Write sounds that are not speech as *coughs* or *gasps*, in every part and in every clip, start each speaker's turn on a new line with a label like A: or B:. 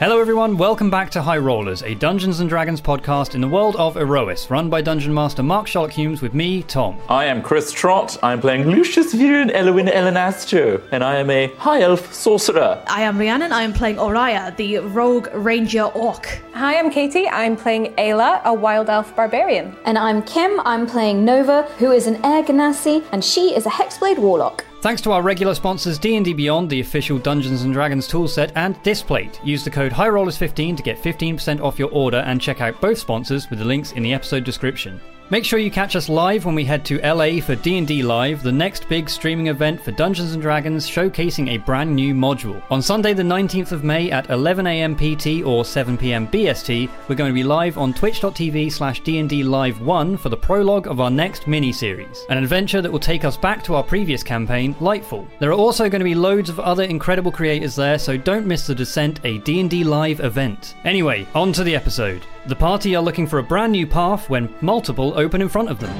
A: Hello, everyone. Welcome back to High Rollers, a Dungeons and Dragons podcast in the world of Erois, run by Dungeon Master Mark Sherlock Humes with me, Tom.
B: I am Chris Trott. I'm playing Lucius Viren Elwin Elenastro, and I am a high elf sorcerer.
C: I am Rhiannon. I am playing Oriah, the rogue ranger orc.
D: Hi, I'm Katie. I'm playing Ayla, a wild elf barbarian.
E: And I'm Kim. I'm playing Nova, who is an Air Ganassi, and she is a Hexblade Warlock.
A: Thanks to our regular sponsors D&D Beyond, the official Dungeons & Dragons toolset, and Displate. Use the code HIGHROLLERS15 to get 15% off your order and check out both sponsors with the links in the episode description. Make sure you catch us live when we head to LA for D&D Live, the next big streaming event for Dungeons & Dragons showcasing a brand new module. On Sunday the 19th of May at 11am PT or 7pm BST, we're going to be live on twitch.tv slash D&D Live 1 for the prologue of our next mini-series, an adventure that will take us back to our previous campaign, Lightfall. There are also going to be loads of other incredible creators there, so don't miss the Descent, a D&D Live event. Anyway, on to the episode. The party are looking for a brand new path when multiple open in front of them.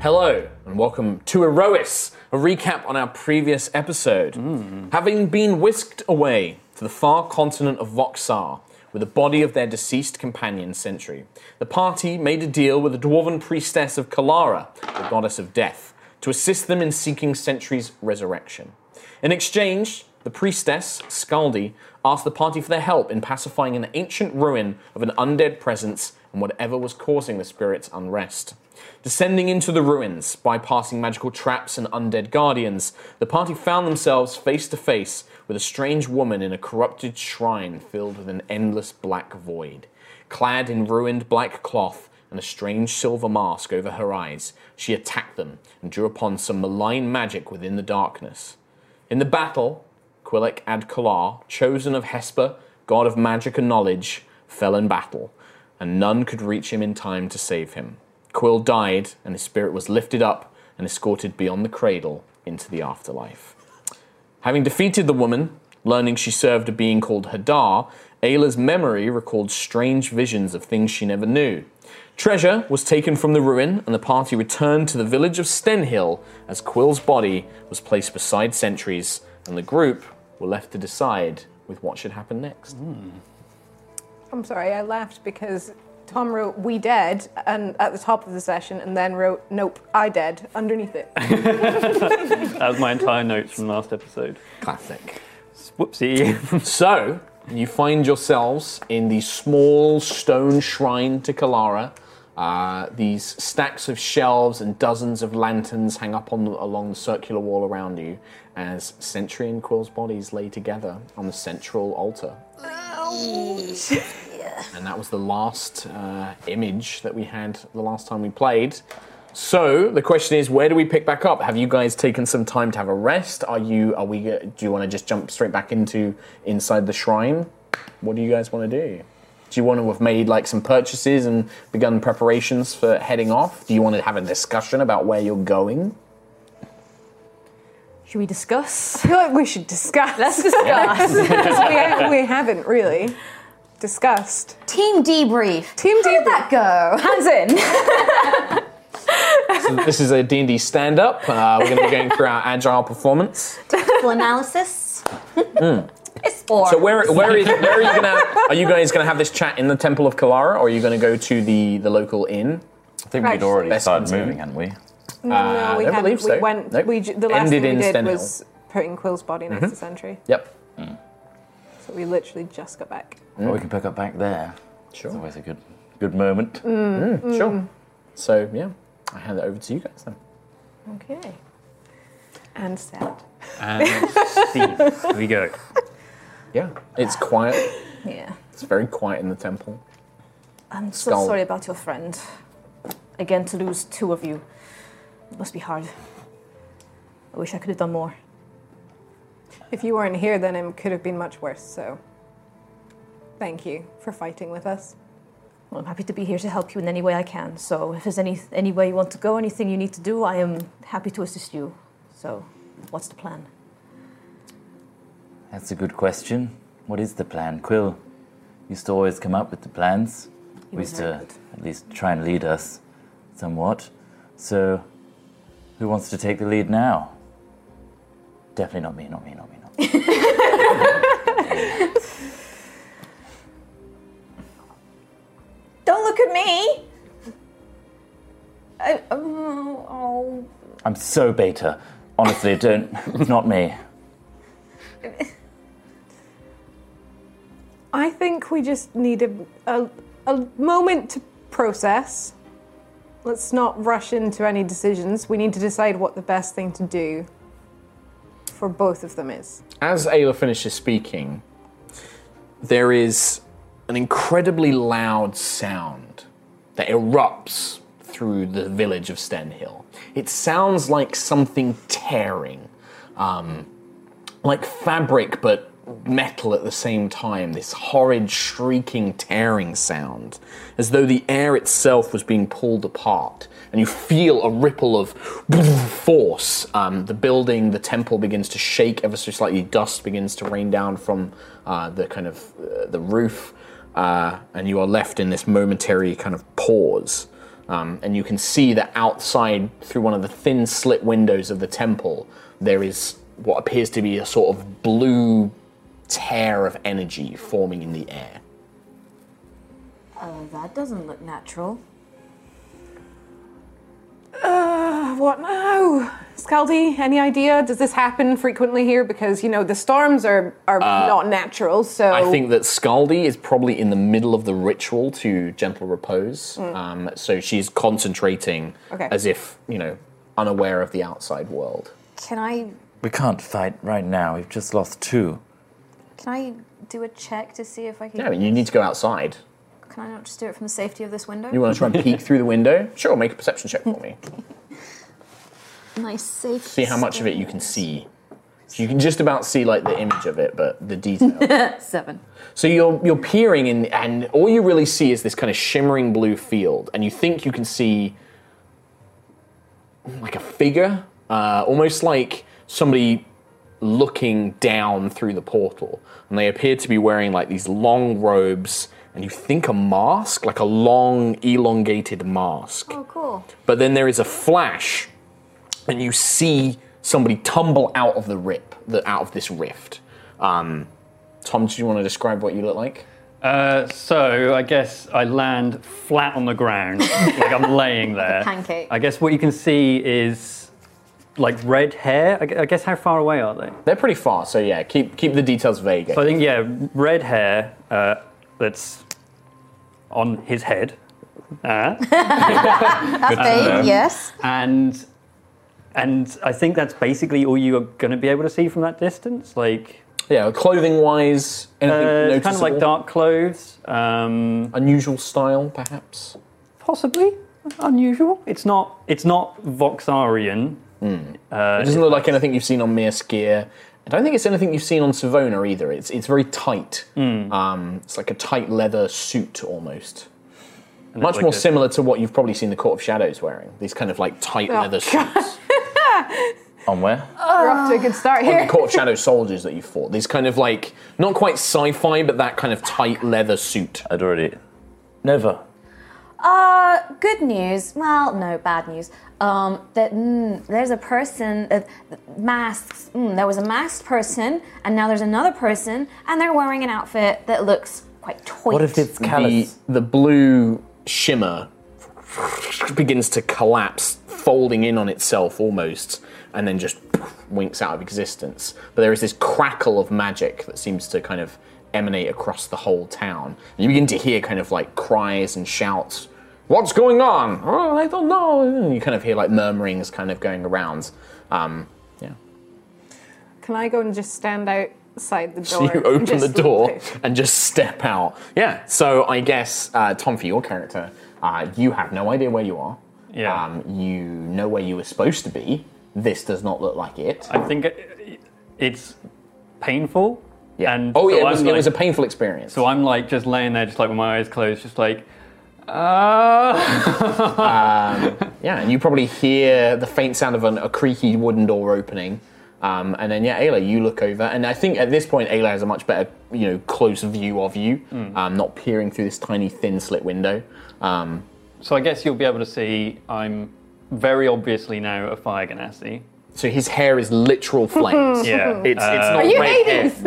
B: Hello, and welcome to Erois, a recap on our previous episode. Having been whisked away to the far continent of Voxar with the body of their deceased companion, Sentry, the party made a deal with the dwarven priestess of Kalara, the goddess of death, to assist them in seeking Sentry's resurrection. In exchange, the priestess, Scaldi, asked the party for their help in pacifying an ancient ruin of an undead presence and whatever was causing the spirit's unrest. Descending into the ruins, bypassing magical traps and undead guardians, the party found themselves face to face with a strange woman in a corrupted shrine filled with an endless black void. Clad in ruined black cloth and a strange silver mask over her eyes, she attacked them and drew upon some malign magic within the darkness. In the battle, Quillic ad Kalar, chosen of Hesper, god of magic and knowledge, fell in battle, and none could reach him in time to save him. Quill died, and his spirit was lifted up and escorted beyond the cradle into the afterlife. Having defeated the woman, learning she served a being called Hadar, Ayla's memory recalled strange visions of things she never knew. Treasure was taken from the ruin, and the party returned to the village of Stenhill as Quill's body was placed beside sentries, and the group were left to decide with what should happen next.
D: I'm sorry, I laughed because Tom wrote "We dead" and at the top of the session, and then wrote "Nope, I dead" underneath it.
F: That was my entire notes from last episode.
B: Classic. *laughs*
F: Whoopsie.
B: So, you find yourselves in the small stone shrine to Kalara. Uh, these stacks of shelves and dozens of lanterns hang up on along the circular wall around you as Sentry and Quill's bodies lay together on the central altar. And that was the last uh, image that we had the last time we played. So the question is, where do we pick back up? Have you guys taken some time to have a rest? Are you? Are we? Do you want to just jump straight back into inside the shrine? What do you guys want to do? Do you want to have made like some purchases and begun preparations for heading off? Do you want to have a discussion about where you're going?
C: Should we discuss?
D: I feel like we should discuss. Let's discuss. *laughs* we, ha- we haven't really discussed.
E: Team debrief.
D: Team
E: How
D: debrief.
E: did that go?
D: Hands in.
C: *laughs*
B: So this is a D&D stand-up. Uh, we're going to be going through our agile performance.
E: Full analysis. It's four.
B: Hmm. So where where is where are you
D: *laughs*
B: gonna are you guys gonna have this chat in the Temple of Kalara, or are you gonna go to the the local inn?
G: I think we'd already
B: Best
G: started
B: continue.
G: moving, hadn't we?
D: no, we
B: I don't
D: haven't.
B: believe
D: We
B: so.
D: went.
B: Nope.
D: We, ju- the last
B: Ended
D: thing
B: in
D: we did
B: Stenhill. Mm-hmm.
D: was putting Quill's body next to Sentry.
H: Yep.
D: So we literally just got back.
H: Well, we can pick up back there. Sure. It's always a good, good moment.
D: Mm.
B: Sure. So yeah, I hand it over to you guys then.
D: Okay. And sad.
I: And Steve, here we go.
B: Yeah,
D: *laughs*
B: it's quiet.
C: Yeah.
B: It's very quiet in the temple.
C: I'm so
B: Skull.
C: sorry about your friend. Again, to lose two of you. It must be hard. I wish I could have done more.
D: If you weren't here, then it could have been much worse, so. Thank you for fighting with us.
C: Well, I'm happy to be here to help you in any way I can. So if there's any any way you want to go, anything you need to do, I am happy to assist you. So, what's the plan?
H: That's a good question. What is the plan? Quill used to always come up with the plans. We
C: was
H: used
C: very
H: to
C: good.
H: at least try and lead us somewhat. So, who wants to take the lead now? Definitely not me, not me, not me, not
D: *laughs*
H: me.
C: Don't look at me. I, oh, oh,
H: I'm so beta. Honestly, don't. *laughs* It's not me.
D: I think we just need a, a, a moment to process. Let's not rush into any decisions. We need to decide what the best thing to do for both of them is.
B: As Ayla finishes speaking, there is an incredibly loud sound that erupts through the village of Stenhill. It sounds like something tearing, um, like fabric but metal at the same time, this horrid shrieking, tearing sound, as though the air itself was being pulled apart. And you feel a ripple of force. Um, the building, the temple begins to shake ever so slightly. Dust begins to rain down from uh, the kind of uh, the roof, uh, and you are left in this momentary kind of pause. Um, and you can see that outside, through one of the thin slit windows of the temple, there is what appears to be a sort of blue tear of energy forming in the air.
C: oh, that doesn't look natural.
D: Uh, what now? Scaldi, any idea? Does this happen frequently here? Because, you know, the storms are, are not natural, so.
B: Uh, I think that Scaldi is probably in the middle of the ritual to gentle repose, um, so she's concentrating
D: Hmm. Okay.
B: as if you know, unaware of the outside world.
C: Can I
H: We can't fight right now. We've just lost two.
C: can I do a check to see if
D: Hmm.
C: I can?
B: Yeah, I mean, you need to go outside.
C: Can I not just do it from the safety of this window?
B: You want to try
D: *laughs*
B: and peek through the window? Sure, make a perception check for me.
C: nice safety.
B: See how much of it you can see. So you can just about see like the image of it, but the detail.
C: *laughs* Seven.
B: So you're you're peering and and all you really see is this kind of shimmering blue field, and you think you can see like a figure, uh, almost like somebody looking down through the portal, and they appear to be wearing like these long robes, and you think a mask, like a long elongated mask.
C: Oh, cool.
B: But then there is a flash, and you see somebody tumble out of the rip, the, out of this rift. Um, Tom, do you want to describe what you look like?
A: Uh, so I guess I land flat on the ground, *laughs* like I'm laying there.
C: pancake.
A: I guess what you can see is like red hair. I gu- I guess how far away are they?
B: They're pretty far, so yeah, keep keep the details vague.
A: So I think yeah, red hair uh, that's on his head, uh,
B: Um,
E: yes.
A: and and I think that's basically all you are going to be able to see from that distance. Like
B: yeah, clothing wise, anything
A: uh,
B: noticeable?
A: kind of like dark clothes, um,
B: Unusual style, perhaps.
A: possibly unusual. It's not it's not Voxarian.
B: It doesn't look like anything you've seen on Mirskir. I don't think it's anything you've seen on Savona either. It's it's very tight.
A: Hmm.
B: Um, it's like a tight leather suit almost. Much
A: like
B: more
A: a-
B: similar to what you've probably seen the Court of Shadows wearing. These kind of like tight leather suits.
H: On where?
D: we're off to a good start
B: the
D: here.
B: Court of Shadow soldiers that you fought. These kind of like not quite sci-fi, but that kind of tight leather suit.
H: I'd already. Nova.
E: Uh, good news. Well, no, bad news. Um, that mm, there's a person that masks. Mm, there was a masked person, and now there's another person, and they're wearing an outfit that looks quite Mm-hmm. toy.
H: What if it's
B: The,
H: Callus?
B: the blue shimmer begins to collapse, folding in on itself almost, and then just winks out of existence. But there is this crackle of magic that seems to kind of emanate across the whole town. And you begin to hear kind of like cries and shouts. What's going on? Oh, I don't know. And you kind of hear like murmurings kind of going around. Um, yeah.
D: Can I go and just stand outside the door?
B: So you
D: and
B: open the
D: just *laughs*
B: door
D: look?
B: and just step out. Yeah. So I guess uh, Tom, for your character, uh, you have no idea where you are.
A: Yeah.
B: Um, you know where you were supposed to be. This does not look like it.
A: I think it, it's painful.
B: Yeah.
A: And so
B: oh yeah, it
A: I'm
B: was, it
A: like-
B: was a painful experience.
A: So I'm like just laying there, just like with my eyes closed, just like, uh,
B: yeah, and you probably hear the faint sound of an, a creaky wooden door opening. Um, and then yeah, Ayla, you look over, and I think at this point Ayla has a much better, you know, close view of you,
A: Hmm.
B: um, not peering through this tiny thin slit window. Um,
A: So I guess you'll be able to see I'm very obviously now a fire ganassi.
B: so his hair is
A: *laughs*
B: literal flames.
A: Yeah. Uh,
B: It's, it's not
D: Are you
B: red hair.
D: Hades?
B: *laughs*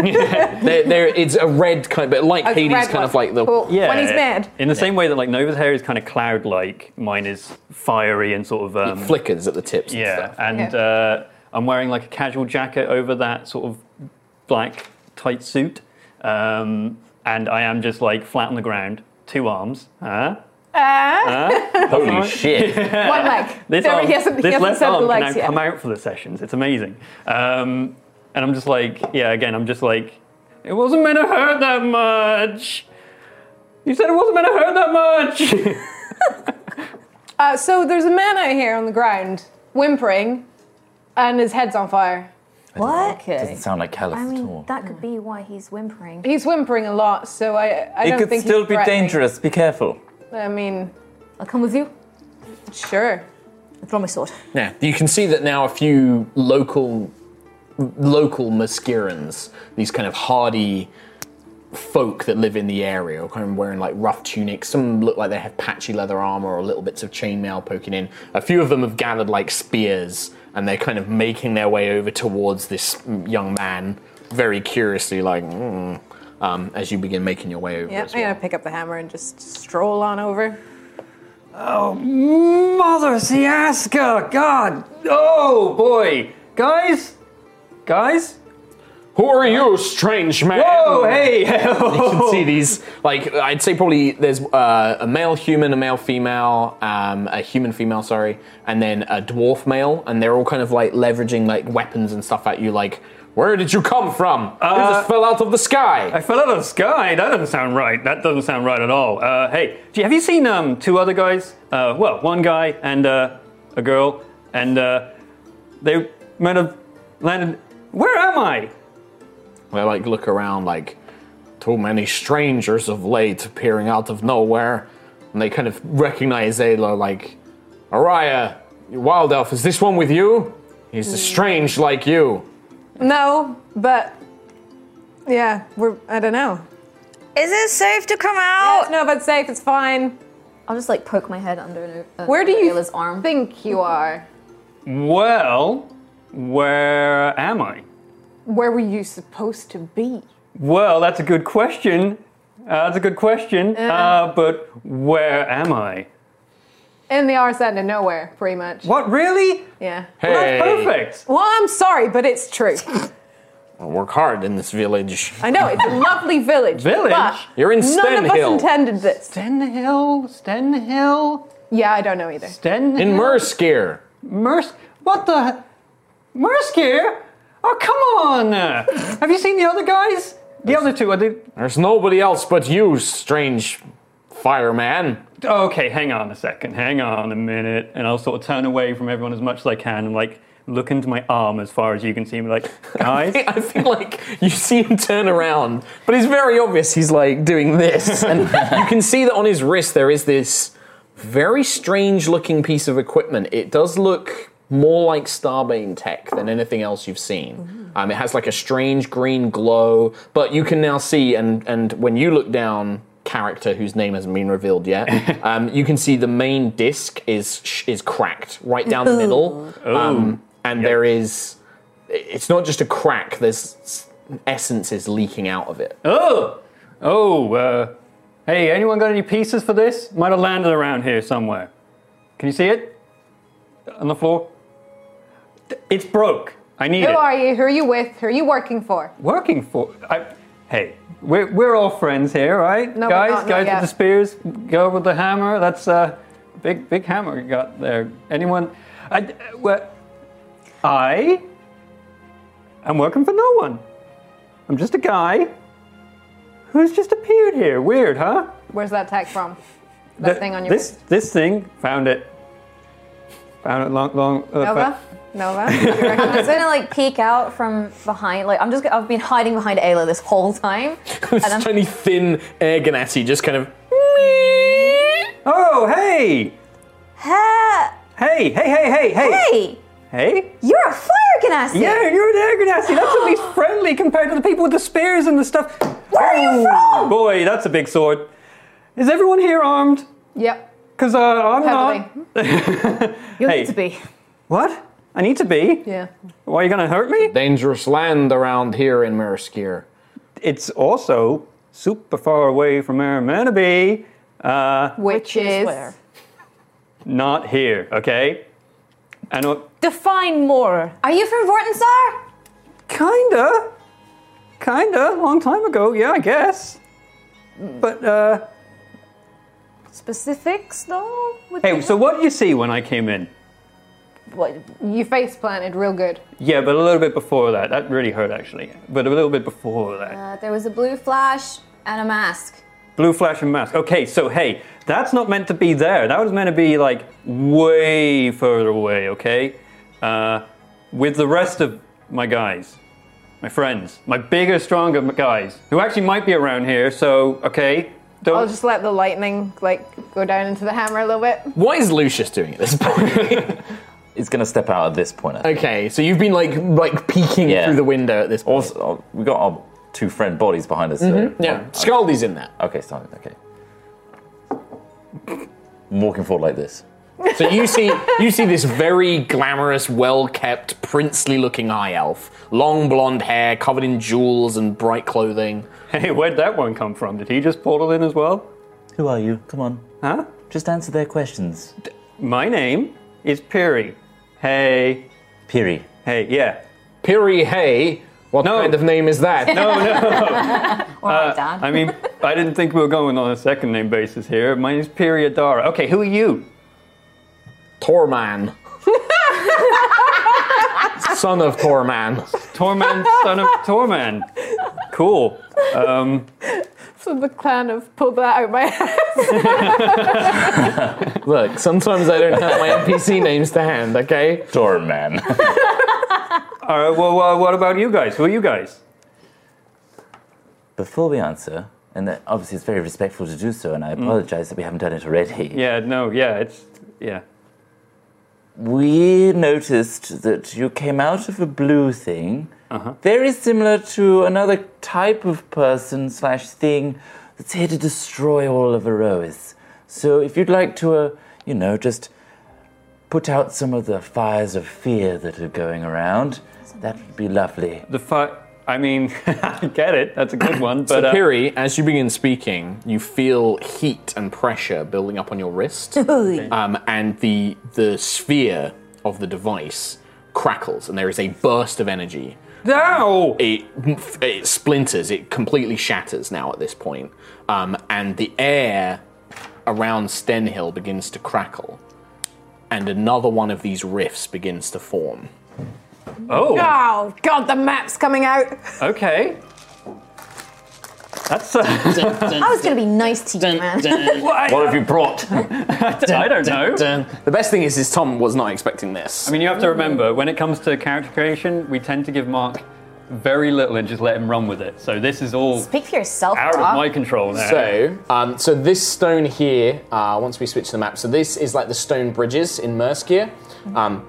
B: There, there, it's a red kind, but like
D: Oh, it's a
B: Hades,
D: red
B: kind
D: one.
B: of like the.
D: Cool.
A: yeah.
D: When he's mad.
A: In the same way that like Nova's hair is kind of cloud like, mine is fiery and sort of um,
B: It flickers at the tips. and
A: Yeah,
B: stuff.
A: and
D: Yeah.
A: Uh, I'm wearing like a casual jacket over that sort of black tight suit, um, and I am just like flat on the ground, two arms. Huh? uh,
B: Holy shit!
D: One leg.
A: This,
D: There-
A: arm,
D: he hasn't- he
A: this
D: hasn't
A: left
D: said the
A: arm can
D: legs
A: now
D: yet.
A: come out for the sessions. It's amazing. Um, and I'm just like, yeah, again, I'm just like, it wasn't meant to hurt that much. You said it wasn't meant to hurt that much. *laughs*
D: Uh, so there's a man out here on the ground, whimpering, and his head's on fire.
E: What?
H: Doesn't sound like Callus
E: I
H: at
E: mean,
H: all.
E: that could be why he's whimpering.
D: He's whimpering a lot, so I, I
H: it
D: don't
H: could
D: think he's
H: still be
D: threatening.
H: dangerous. Be careful.
D: I mean,
C: I'll come with you.
D: sure.
C: I draw my sword.
B: yeah, you can see that now. A few local, local Muskerans, these kind of hardy folk that live in the area, are kind of wearing like rough tunics. Some look like they have patchy leather armor or little bits of chainmail poking in. A few of them have gathered like spears, and they're kind of making their way over towards this mm, young man, very curiously, like. Mm, um, as you begin making your way over,
D: Yeah,
B: as
D: I'm
B: well.
D: gonna pick up the hammer and just stroll on over.
A: Oh, Mother Siaska, God, oh boy, guys, guys,
B: Who are you, strange man?
A: whoa, hey, *laughs*
B: You can see these, like, I'd say probably there's uh, a male human, a male female, um, a human female, sorry, and then a dwarf male, and they're all kind of like leveraging like weapons and stuff at you, like, where did you come from? you
A: Uh,
B: just fell out of the sky.
A: I fell out of the sky. That doesn't sound right. That doesn't sound right at all. Uh, hey, do you, have you seen um, two other guys? Uh, well, one guy and uh, a girl, and uh, they might have landed. Where am I?
B: They like look around, like, too many strangers of late appearing out of nowhere, and they kind of recognize Ayla, like, Araya, you wild elf, is this one with you? He's strange like you.
D: No, but yeah, we're. I don't know.
E: Is it safe to come out?
D: No, but safe. It's fine.
E: I'll just like poke my head under uh,
D: Where do you
E: Ayla's arm.
D: think you are?
A: Well, where am I?
D: Where were you supposed to be?
A: Well, that's a good question. Uh, that's a good question. Uh, but where am I?
D: In the arse end of nowhere, pretty much.
A: What really?
D: Yeah.
B: Hey.
A: That's perfect.
D: Well, I'm sorry, but it's true.
B: work hard in this village.
D: I
A: *laughs*
D: know it's a lovely village.
A: Village?
D: but
B: You're in
D: None of us
B: Stenhill.
D: intended this.
A: Stenhill, Stenhill,
D: Yeah, I don't know either.
A: Stenhill.
B: In Merskir.
A: Mersk, what the? Merskier? Oh, come on! Have you seen the other guys? The other two, are they?
B: There's nobody else but you, strange fireman.
A: oh, Okay, hang on a second, hang on a minute. And I'll sort of turn away from everyone as much as I can and like look into my arm as far as you can see me, like, guys?
B: *laughs* I think like you see him turn around, but it's very obvious he's like doing this, *laughs* and you can see that on his wrist there is this very strange looking piece of equipment. It does look more like Starbane tech than anything else you've seen. Um, it has like a strange green glow, but you can now see, and and when you look down. Character whose name hasn't been revealed yet. Um, you can see the main disc is is cracked right down the middle, um, and there is it's not just a crack. There's s- essences leaking out of it.
A: oh! Oh, uh, hey, anyone got any pieces for this? Might have landed around here somewhere. Can you see it? On the floor? Th- It's broke. I need
D: Who
A: it.
D: are you? Who are you with? Who are you working for?
A: Working for. I, hey, we're, we're all friends here, right?
D: No, we're
A: guys,
D: not, not
A: guys
D: yet.
A: with the spears, girl with the hammer. That's a big, big hammer you got there. Anyone? I, well, I am working for no one. I'm just a guy who's just appeared here. Weird, huh?
D: Where's that tag from? That
A: The-
D: thing on your
A: this this thing found it. Found it long, long. Uh,
D: Nova?
A: fa- *laughs*
D: Nova? Do you
E: I'm
D: recognize
E: just
D: it?
E: gonna like peek out from behind. Like I'm just. I've been hiding behind Ayla this
A: *laughs*
E: whole time.
B: *laughs* this
E: And I'm-
B: tiny thin air ganassi just kind of.
A: oh, hey,
E: Ha-
A: hey, hey, hey, hey, hey,
E: hey,
A: hey.
E: you're a fire ganassi.
A: Yeah, and you're an air ganassi. That's at *gasps* least friendly compared to the people with the spears and the stuff. Where
E: are you from?
A: Boy, that's a big sword. Is everyone here armed?
D: Yep.
A: Because uh, I'm
D: Heavily.
A: not.
C: You
A: hey,
C: need to be.
A: What? I need to be?
D: Yeah.
A: Why are you gonna hurt me?
B: Dangerous land around here in Murskier.
A: It's also super far away from where I'm gonna be. Uh,
D: Which, is.
C: where?
A: not here, okay? And uh,
C: Define more.
E: Are you from Vortensar?
A: kinda, kinda, long time ago. Yeah, I guess. But uh,
C: Specifics, though? Would
A: hey,
C: be-
A: so what do you see when I came in?
C: What?
D: You face planted real good.
A: Yeah, but a little bit before that. That really hurt, actually. But a little bit before that.
E: Uh, there was a blue flash and a mask.
A: Blue flash and mask. Okay, so hey, that's not meant to be there. That was meant to be like way further away, okay? Uh, with the rest of my guys, my friends, my bigger, stronger m- guys, who actually might be around here, so okay. Don't.
D: I'll just let the lightning like go down into the hammer a little bit.
B: What is Lucius doing at this point? *laughs*
H: It's gonna step out at this point. I think.
B: okay, so you've been like like peeking
H: Yeah.
B: through the window at this point.
H: Also, oh, we got our two friend bodies behind us. so-
A: Mm-hmm.
H: Oh,
B: Yeah,
A: Oh,
B: Scaldy's in that.
H: Okay, starting. Okay. I'm walking forward like this.
B: So you see, you see this very glamorous, well-kept, princely-looking high elf, long blonde hair, covered in jewels and bright clothing.
A: Hey, where'd that one come from? Did he just portal in as well?
H: Who are you? Come on.
A: Huh?
H: Just answer their questions.
A: My name is Piri. Hey,
H: Piri.
A: hey, yeah.
B: Piri Hay. What
A: No.
B: kind of name
A: *laughs*
B: is that?
A: No, no.
E: Or my dad.
A: I
D: *laughs*
A: mean, I didn't think we were going on a second name basis here. My name's Periodara. Okay, who are you? *laughs*
B: Torman. Son of Torman.
A: Torman, son of Torman. Cool. Um,
D: So the clan have pulled that out of my *laughs* ass.
B: Look, sometimes I don't have my NPC names to hand, okay?
H: Doorman.
A: all right, well, uh, what about you guys? Who are you guys?
H: Before we answer, and that obviously it's very respectful to do so, and I apologize that we haven't done it already.
A: Yeah, no, yeah, it's, yeah.
H: We noticed that you came out of a blue thing, very similar to another type of person slash thing that's here to destroy all of Erois. So if you'd like to, uh, you know, just put out some of the fires of fear that are going around, that would be lovely.
A: The fi I mean, *laughs* I get it. That's a good one, but.
B: *coughs* So,
A: uh,
B: Piri, as you begin speaking, you feel heat and pressure building up on your
A: *laughs*
B: wrist, um, and the the sphere of the device crackles, and there is a burst of energy.
A: No!
B: It it splinters. It completely shatters now at this point, um, and the air around Stenhill begins to crackle, and another one of these rifts begins to form.
A: Oh,
D: oh god, the map's coming out.
A: okay. That's, uh, *laughs*
E: I was gonna be nice to you, man.
A: well, I,
B: have you brought?
A: I don't know.
B: *laughs* The best thing is, is Tom was not expecting this.
A: I mean, you have to remember when it comes to character creation, we tend to give Mark very little and just let him run with it. So this is all
E: Speak for yourself,
A: out
E: dog.
A: of my control now.
B: So, um, so this stone here, uh, once we switch to the map, so this is like the stone bridges in Mercia. Um,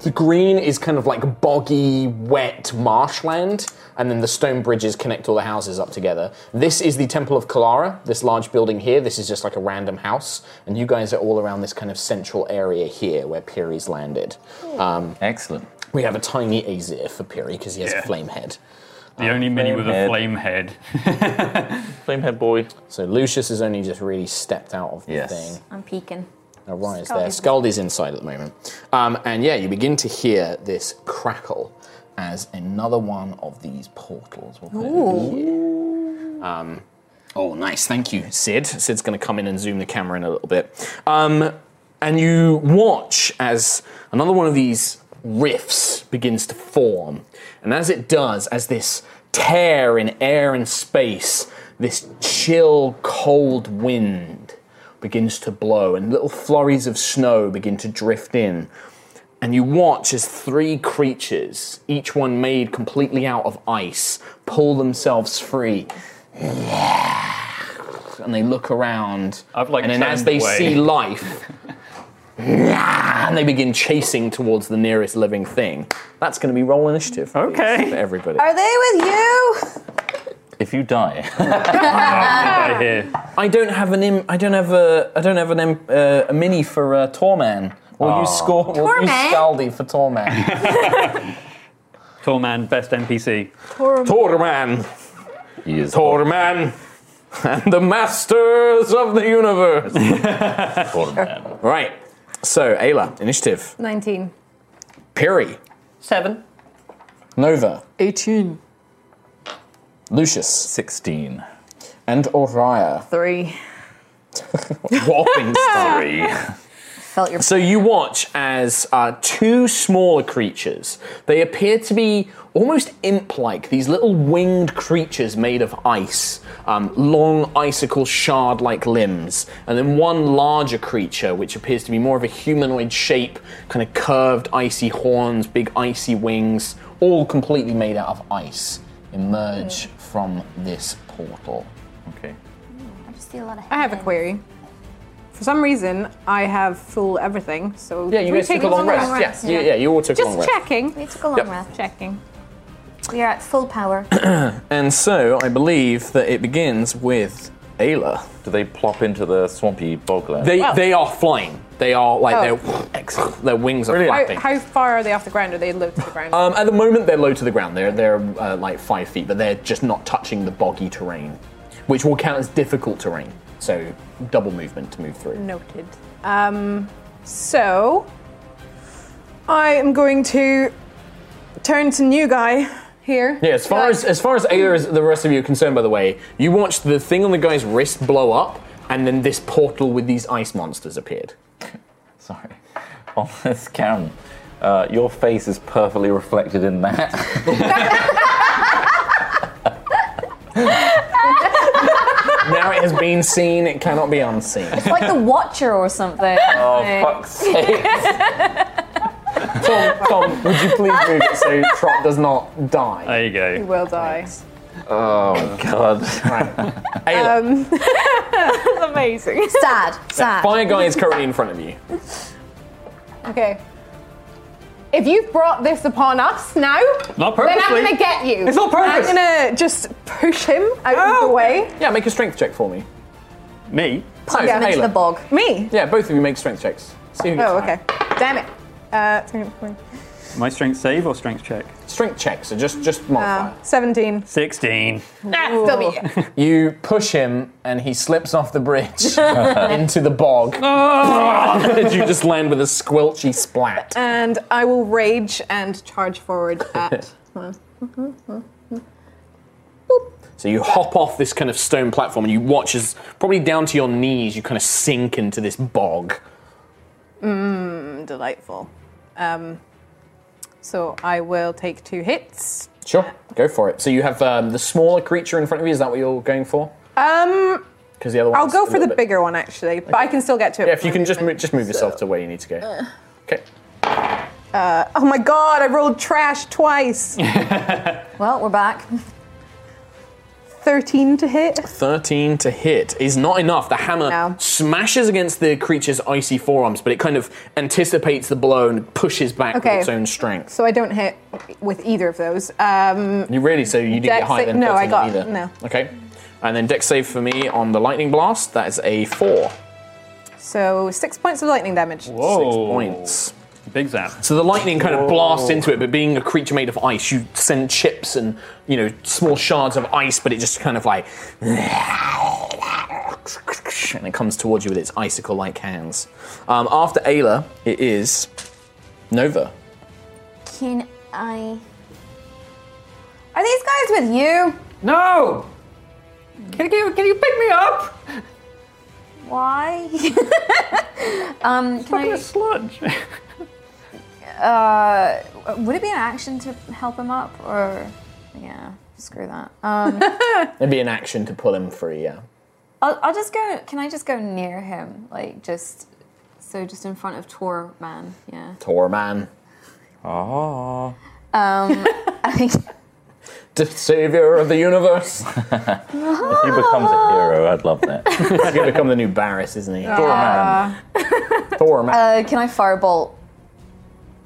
B: the green is kind of like boggy, wet marshland, and then the stone bridges connect all the houses up together. This is the Temple of Kalara, this large building here. This is just like a random house, and you guys are all around this kind of central area here where Piri's landed. Um,
H: Excellent.
B: we have a tiny Azir for Piri because he has
A: Yeah.
B: a flame head.
A: the only mini with a
H: Flamehead.
A: flame head.
H: Flamehead boy.
B: So Lucius has only just really stepped out of the
H: Yes.
B: thing.
E: I'm peeking.
B: Now Ryan's there. Scaldy's inside at the moment. Um, and yeah, you begin to hear this crackle as another one of these portals will open here. Um, oh, nice. Thank you, Sid. Sid's going to come in and zoom the camera in a little bit. Um, and you watch as another one of these rifts begins to form. And as it does, as this tear in air and space, this chill, cold wind begins to blow, and little flurries of snow begin to drift in. And you watch as three creatures, each one made completely out of ice, pull themselves free. And they look around.
A: I've, like,
B: and then as
A: turned
B: they
A: away.
B: see life, and they begin chasing towards the nearest living thing. That's going to be roll initiative. for these-
A: Okay.
B: For everybody.
E: Are they with you?
H: If you die, *laughs*
D: *laughs*
A: I hear.
B: I don't have an Im- I don't have a I don't have an Im- uh, a mini for uh, Torman.
H: Oh.
B: Will you score? Will you
E: Torman?
B: Scaldy for Torman? *laughs*
A: Tall man, best NPC.
B: Torman,
H: he is
B: Torman, and the masters of
H: *laughs*
B: the universe.
H: Portal Man.
B: right. So Ayla, initiative.
D: 19.
B: Piri,
A: Seven.
B: Nova,
J: 18.
B: Lucius,
H: Sixteen.
B: and Oriah.
H: *laughs*
J: Three.
B: Whopping star.
H: Three.
E: Felt your
B: So you watch as uh, two smaller creatures. They appear to be almost imp-like. These little winged creatures made of ice, um, long icicle shard-like limbs, and then one larger creature, which appears to be more of a humanoid shape, kind of curved icy horns, big icy wings, all completely made out of ice, emerge from this portal.
H: Okay.
E: I just see a lot of
D: I have a query. For some reason, I have full everything, so.
B: Yeah, you
D: we
B: guys
D: take
B: took a long rest.
E: rest.
B: Yes, yeah. You, yeah, you all took a long
D: Just
B: rest.
D: checking.
E: We took a long
B: Yep.
E: rest.
D: Checking.
E: We are at full *coughs* power.
B: And so I believe that it begins with Ayla.
H: Do they plop into the swampy bogland?
B: They they are flying. They are like
D: Oh.
B: their their wings are
D: How,
B: flapping.
D: how far are they off the ground? Are they low to the ground?
B: um, at the moment, they're low to the ground. They're they're uh, like five feet, but they're just not touching the boggy terrain, which will count as difficult terrain. So double movement to move through.
D: Noted. Um, so I am going to turn to new guy here.
B: Yeah, as far as as far as Ayla is the rest of you are concerned, by the way, you watched the thing on the guy's wrist blow up, and then this portal with these ice monsters appeared.
H: Sorry. *laughs* On this cam, uh, your face is perfectly reflected in
A: *laughs*
H: that.
B: now it has been seen; it cannot be unseen.
E: like the Watcher or something.
H: Oh,
E: Like-
H: fuck's sake.
B: Tom, Tom, would you please move it so Trot does not die?
A: There you go.
D: Will die.
H: Oh, God.
B: Ayla,
D: That's amazing.
B: *laughs*
E: Sad, sad.
B: Fire guy is currently in front of you.
D: okay. If you've brought this upon us now,
A: Not
D: then I'm
A: purposely.
D: gonna get you. Oh.
A: It's not purpose.
D: I'm gonna just push him out of the way.
B: Yeah, make a strength check for me.
A: Me?
E: Plunge
B: Yeah,
E: them into
B: Ayla.
E: the bog.
D: Me.
B: Yeah, both of you make strength checks. See who gets
D: Oh,
B: it.
D: okay. Damn it. Uh, second point.
A: *laughs* My strength save or strength check?
B: Strength checks so just just modifier.
D: Uh, 17.
A: 16.
D: Still me.
B: You push him, and he slips off the bridge into the bog. you just land with a squelchy splat.
D: *laughs* And I will rage and charge
B: *laughs*
D: forward at.
B: So you hop off this kind of stone platform, and you watch as probably down to your knees, you kind of sink into this bog.
D: delightful. Um, so I will take two hits.
B: Sure, go for it. So you have um, the smaller creature in front of you. Is that what you're going for?
D: Um,
B: Because the other one.
D: I'll go for the bigger one actually, but I can still get to it.
B: Yeah,
D: with
B: if you
D: my
B: can just move,
D: movement.
B: just move yourself to where you need to
D: Uh.
B: go. Okay.
D: Oh my god! I rolled trash
B: *laughs*
D: twice.
E: Well, we're back.
D: Thirteen to hit.
B: 13 to hit is not enough. The hammer
D: No.
B: smashes against the creature's icy forearms, but it kind of anticipates the blow and pushes back
D: Okay.
B: with its own strength.
D: So I don't hit with either of those. Um,
B: You really, so you didn't
D: Dex
B: get higher
D: sa-
B: than
D: no, I
B: 13
D: got-
B: either.
D: no.
B: Okay. And then deck save for me on the lightning blast. That is a four.
D: so six points of lightning damage.
B: Six
A: Whoa.
B: points.
A: Big zap.
B: So the lightning kind of blasts into it, but being a creature made of ice, you send chips and you know small shards of ice, but it just kind of like and it comes towards you with its icicle-like hands. Um, after Ayla, it is Nova.
E: Can I? Are these guys with you?
A: No! Can you, can you pick me up?
E: Why? *laughs* um, can
A: Fucking
E: I?
A: sludge.
E: *laughs* Uh, would it be an action to help him up, or yeah, screw that. Um,
B: It'd be an action to pull him free, yeah.
E: I'll, I'll just go. Can I just go near him, like just so just in front of Tor Man? Yeah.
B: Tor man.
H: Ah.
E: *laughs* Um, I think
B: The savior of the universe.
H: If he becomes a hero, I'd love
A: *laughs*
H: that.
B: He's gonna become the new Barris, isn't he?
H: Thor man.
E: *laughs*
B: Thor man.
E: uh, can I firebolt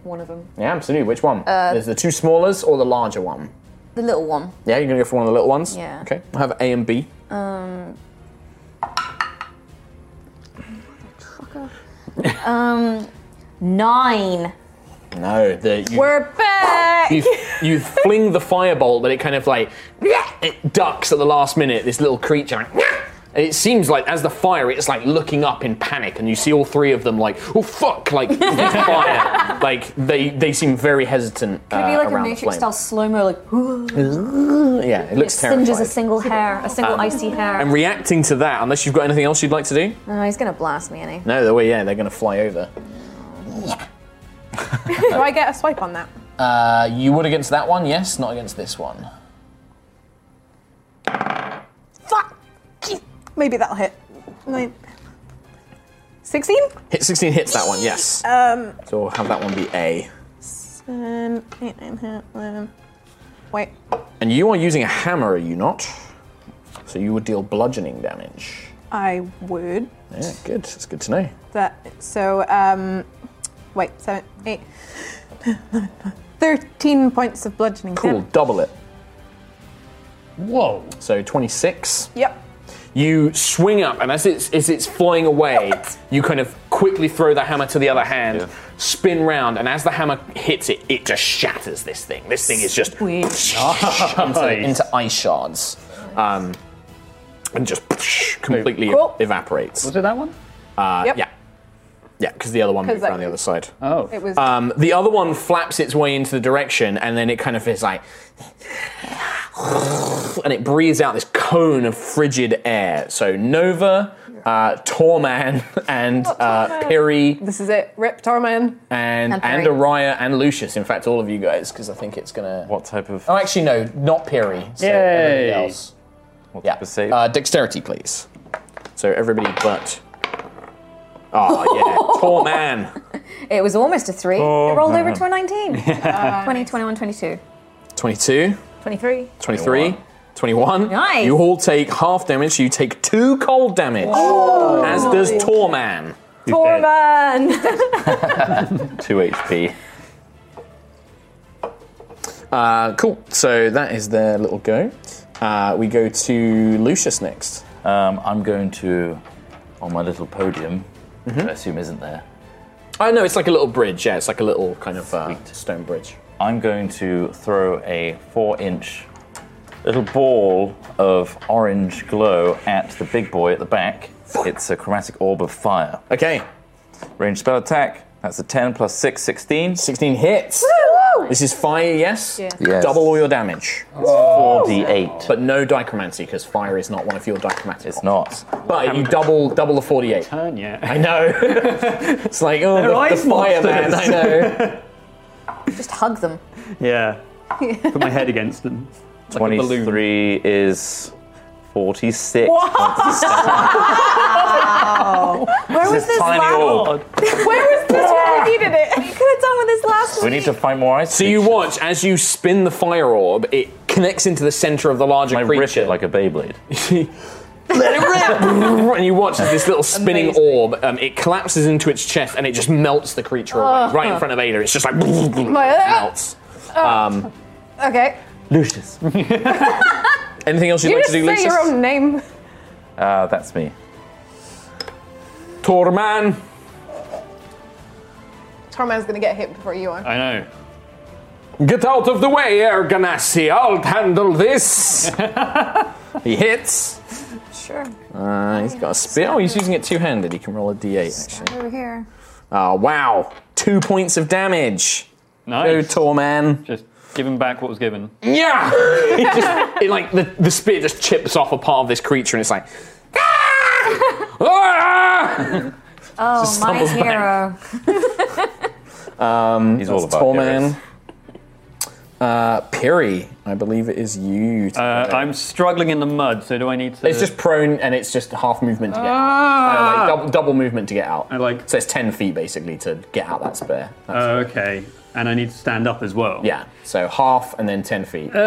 E: one of them,
B: yeah, absolutely. Which one?
E: uh,
B: There's the two smallers or the larger one?
E: the little one?
B: Yeah, you're gonna go for one of the little ones?
E: Yeah.
B: Okay. I have A and B.
E: Um. motherfucker. um, nine.
B: No, the you,
E: We're back.
B: you,
E: *laughs*
B: you fling the firebolt, but it kind of like it ducks at the last minute. This little creature, like, and it seems like as the fire, it's like looking up in panic, and you see all three of them like, oh fuck,
E: *laughs*
B: like in fire, like they they seem very hesitant
E: It'd be
B: uh,
E: like a
B: around the
E: Matrix
B: flame.
E: style slow mo, like *gasps*
B: Yeah, it looks terrifying. Um,
E: singes a single hair, a single icy hair.
B: and reacting to that, unless you've got anything else you'd like to do?
D: Uh,
E: no, he's gonna blast me, ain't he?
B: No, the way, yeah, they're going to fly over.
D: *laughs* Do I get a swipe on that?
B: Uh, you would against that one, yes, not against this one.
D: Fuck! Maybe that'll hit. Nine. 16?
B: Hit 16 hits that one, yes.
D: Um,
B: so we'll have that one be A.
D: seven, eight, nine, ten, eleven. Wait.
B: And you are using a hammer, are you not? So you would deal bludgeoning damage.
D: I would.
B: Yeah, good. That's good to know.
D: That. So, um, wait, seven, eight. *gasps* 13 points of bludgeoning.
B: Cool,
D: damage.
B: double it.
I: Whoa.
B: So 26.
D: Yep.
B: You swing up, and as it's, as it's flying away, you kind of quickly throw the hammer to the other hand,
H: Yeah.
B: spin round, and as the hammer hits it, it just shatters this thing. This thing is just *laughs* into, into ice shards, um, and just completely
D: Cool.
B: evaporates.
I: Was it that one?
B: Uh,
D: Yep.
B: Yeah, yeah, because the other one
D: 'Cause
B: moved
D: that-
B: around the other side.
I: Oh.
D: It was.
A: Uh,
B: Um, the other one flaps its way into the direction, and then it kind of is like, and it breathes out this cone of frigid air. So Nova, uh, Torman, *laughs* and uh, Piri,
D: this is it. Rip Torman.
B: and
E: And
B: and
E: Piri.
B: Araya and Lucius. In fact, all of you guys, because I think it's gonna.
H: What type of
B: Oh, actually, no, not Piri. So everybody
I: Yay.
B: else.
H: what
B: Yeah.
H: type of save?
B: Uh, dexterity, please. So everybody but. Oh
E: *laughs*
B: yeah, poor man.
E: It was almost a three.
H: Oh,
E: it rolled over
H: man.
E: to a
B: *laughs*
E: 19. 20, 21, 22.
B: 22,
C: 23.
B: 23, 21.
E: Nice.
B: You all take half damage. You take two cold damage, as does Torman.
C: uh, Torban!
H: Two HP.
B: Uh, cool. So that is their little go. Uh, we go to Lucius next.
H: Um, I'm going to on my little podium,
A: Mm-hmm.
H: which I assume isn't there.
B: Oh no, it's like a little bridge. Yeah, it's like a little kind of uh, stone bridge.
H: I'm going to throw a four-inch little ball of orange glow at the big boy at the back. It's a chromatic orb of fire.
B: Okay,
H: Range spell attack. That's a 10 plus 6, 16.
B: 16 hits. This is fire, yes?
H: Yes.
B: Double all your damage.
H: 4d8.
B: But no dichromancy, because fire is not one of your dichromancy.
H: It's not.
B: But you double double the 48.
A: Turn, yeah.
B: I know. *laughs* it's like, oh, the, the
A: ice
B: fire man, I
A: monsters.
B: know.
E: Just hug them.
A: Yeah. Put my head against them.
B: a balloon.
H: 23 is 46.
E: Where was this
H: Tiny
E: last
H: orb.
D: Where was this when we needed *laughs* it?
E: You could have done with this last
H: We
E: one.
H: need to find more ice.
B: So you watch as you spin the fire orb, it connects into the center of the larger
H: I rip
B: creature.
H: it like a Beyblade.
B: Let it rip! *laughs* and you watch as this little spinning
D: Amazing.
B: orb, um, it collapses into its chest and it just melts the creature away,
D: Ah.
B: right in front of Ada. It's just like, *laughs* melts.
D: Ah.
B: Um,
D: Okay.
H: Lucius.
B: *laughs* anything else you'd
D: You
B: like
D: just
B: to do,
D: say
B: Lucius? Uh,
D: your own name.
H: Ah, that's me.
B: Torman.
D: Torman's gonna get hit before you are.
I: I know.
B: Get out of the *laughs* way, Erganassi. I'll handle this. he hits.
E: Sure.
B: Uh, he's got a spear. Oh, he's using it two handed. He can roll a d8, actually.
E: Over here.
B: Oh, wow. Two points of damage. Go,
A: Nice.
B: tall man.
A: Just giving back what was given.
B: Yeah! it just, it, like, the, the spear just chips off a part of this creature and it's like. "Ah!" Ah! *laughs*
E: Oh,
B: Just
E: my
B: stumbles back.
E: hero.
J: He's all about
B: Tall
J: heroes.
B: man. Uh, Piri, I believe it is you. to-
A: Uh, I'm struggling in the mud, so do I need to?
B: it's just prone and it's just half movement to get
A: Ah,
B: out. Uh, like, double, double movement to get out.
A: I like-
B: So it's 10 feet basically to get out that spear. That's-
A: okay, and I need to stand up as well.
B: yeah. So half and then 10 feet.
A: Uh.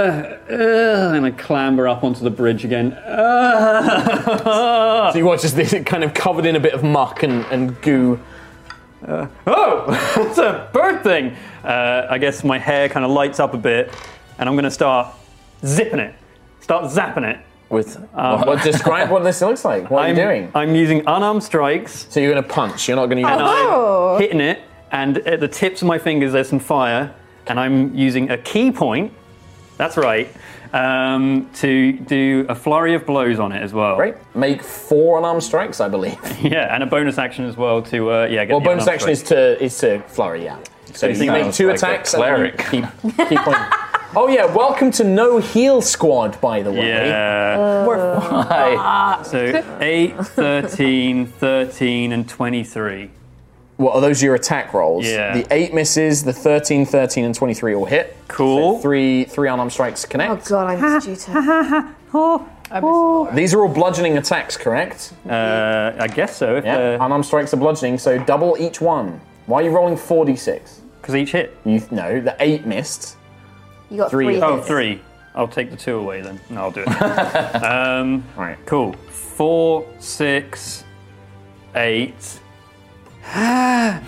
A: Ugh, and I clamber up onto the bridge again. Ugh.
B: So you watch as this it kind of covered in a bit of muck and, and goo.
A: oh, *laughs* it's a bird thing. Uh, I guess my hair kind of lights up a bit, and I'm going to start zipping it. Start zapping it.
H: With
B: Well, describe what this looks like. What
A: Uh. I'm
B: are you doing?
A: I'm using unarmed strikes,
B: so you're going to punch. You're not going to use.
A: and
D: Oh.
A: I'm hitting it, and at the tips of my fingers there's some fire, and I'm using a key point. That's right. Um, to do a flurry of blows on it as well.
B: Great. Make four unarmed strikes, I believe.
A: *laughs* Yeah, and a bonus action as well to uh, yeah. Get
B: Well,
A: the
B: bonus
A: unarmed
B: action is
A: strike.
B: to is to flurry. Yeah. So you
J: Sounds
B: make two
J: like a
B: attacks. and then you
J: cleric.
A: *laughs*
B: Keep, keep on. Oh yeah. Welcome to No Heal Squad, by the way. Uh,
A: Yeah.
B: Hi.
F: *laughs*
A: So 8, 13, 13, and 23.
B: What are those? Your attack rolls.
A: Yeah.
B: The eight misses. The 13, 13, and 23 all hit.
A: Cool.
B: So three three unarmed strikes
E: Oh
B: connect.
E: god, I missed you too.
B: These are all bludgeoning attacks, correct?
A: Uh, I guess so. If uh,
B: Yeah,
A: yeah.
B: unarmed strikes are bludgeoning, so double each one. Why are you rolling 46?
A: Because each hit.
B: You no, the eight missed.
E: You got
B: Three.
E: three.
A: Oh,
E: hits.
A: three. I'll take the two away then. No, I'll do it. *laughs* um,
B: All right.
A: cool. Four, six, eight, *gasps* ten,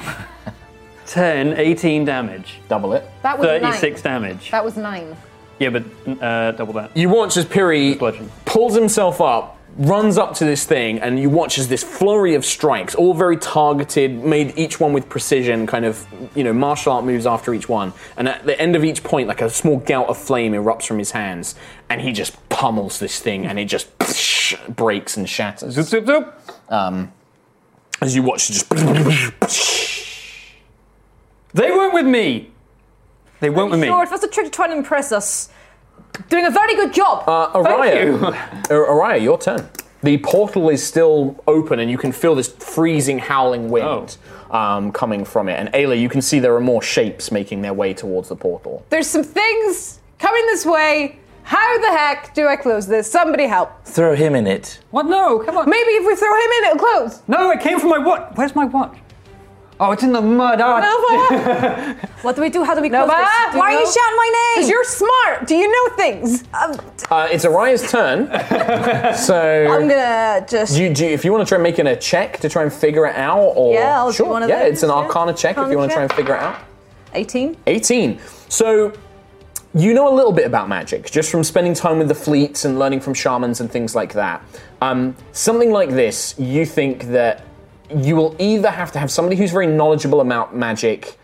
A: eighteen damage.
B: Double it.
F: That was nine.
A: 36 damage.
F: That was nine.
A: Yeah, but uh, double that.
B: You watch as Piri
A: Bludgeon.
B: pulls himself up, runs up to this thing, and you watch as this flurry of strikes, all very targeted, made each one with precision, kind of you know martial art moves after each one. And at the end of each point, like a small gout of flame erupts from his hands, and he just pummels this thing, and it just *laughs* breaks and shatters.
A: Zoop, zoop, zoop.
B: Um, as you watch, it just *laughs*
A: They weren't with me. They weren't with me.
C: Sure, if that's a trick to try and impress us, doing a very good job.
B: Uh, Araya, Ar- Araya, your turn. The portal is still open, and you can feel this freezing, howling wind um, coming from it. And Ayla, you can see there are more shapes making their way towards the portal.
D: There's some things coming this way. How the heck do I close this? Somebody help.
H: throw him in it.
A: What? No,
B: Uh,
A: come on.
D: Maybe if we throw him in, it'll close.
A: No, it came from my watch. Where's my watch? Oh, it's in the mud. Ah. *laughs*
D: Nova,
C: what do we do? How do we close
D: Nova,
C: this? Do
D: why are you
C: know?
D: shouting
E: my name?
D: you're smart. Do you know things?
C: Um,
B: Uh, it's Araya's turn. so,
C: I'm gonna just.
B: do you, do you- if you want to try making a check to try and figure it out, or
C: Yeah, I'll do
B: sure,
C: one of
B: yeah, it's an
C: those, yeah.
B: Arcana check if
C: Arcana
B: you want to
C: check.
B: try and figure it out.
C: 18.
B: 18. So you know a little bit about magic, just from spending time with the fleets and learning from shamans and things like that. Um, something like this, you think that you will either have to have somebody who's very knowledgeable about magic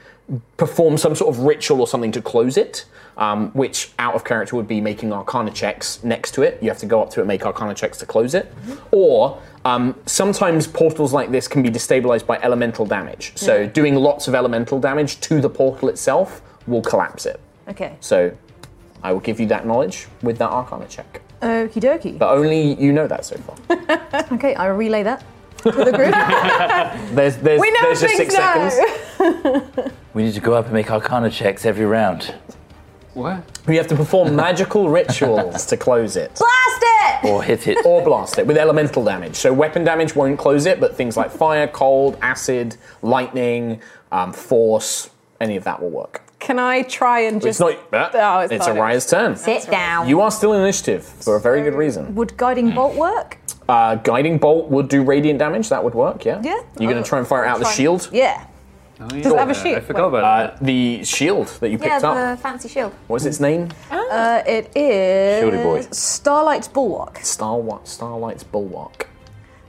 B: perform some sort of ritual or something to close it, um, which out of character would be making arcana checks next to it. You have to go up to it, make arcana checks to close it. Or um, sometimes portals like this can be destabilized by elemental damage. So doing lots of elemental damage to the portal itself will collapse it.
C: Okay.
B: So I will give you that knowledge with that arcana check.
C: Okie dokie.
B: But only you know that so
D: *laughs*
B: far.
C: Okay, I relay that to the group.
B: There's, there's,
D: We know
B: there's just
D: things
B: six
D: now.
B: seconds.
D: *laughs*
H: We need to go up and make arcana checks every round.
B: We have to perform magical rituals to close it.
E: Blast it!
H: Or hit it.
B: or blast it with elemental damage. So weapon damage won't close it, but things like fire, cold, acid, lightning, um, force, any of that will work.
D: Can I try and
B: It's
D: just?
B: not. uh,
D: Oh, it's
B: it's
D: not it.
B: Araya's turn.
E: Sit down.
B: You are still in initiative for a very good reason.
C: Would guiding bolt work?
B: Uh, guiding bolt would do radiant damage. That would work. Yeah.
C: Yeah.
B: You're going to try and fire out the shield.
C: Yeah.
D: Does it have a
A: I
D: sheet?
A: forgot about
B: Uh, the shield that you
E: yeah,
B: picked
E: the
B: up.
E: fancy shield.
B: What's its name?
C: Uh, it is
H: Shieldy boy.
C: Starlight's Bulwark.
B: Star Starlight's Bulwark.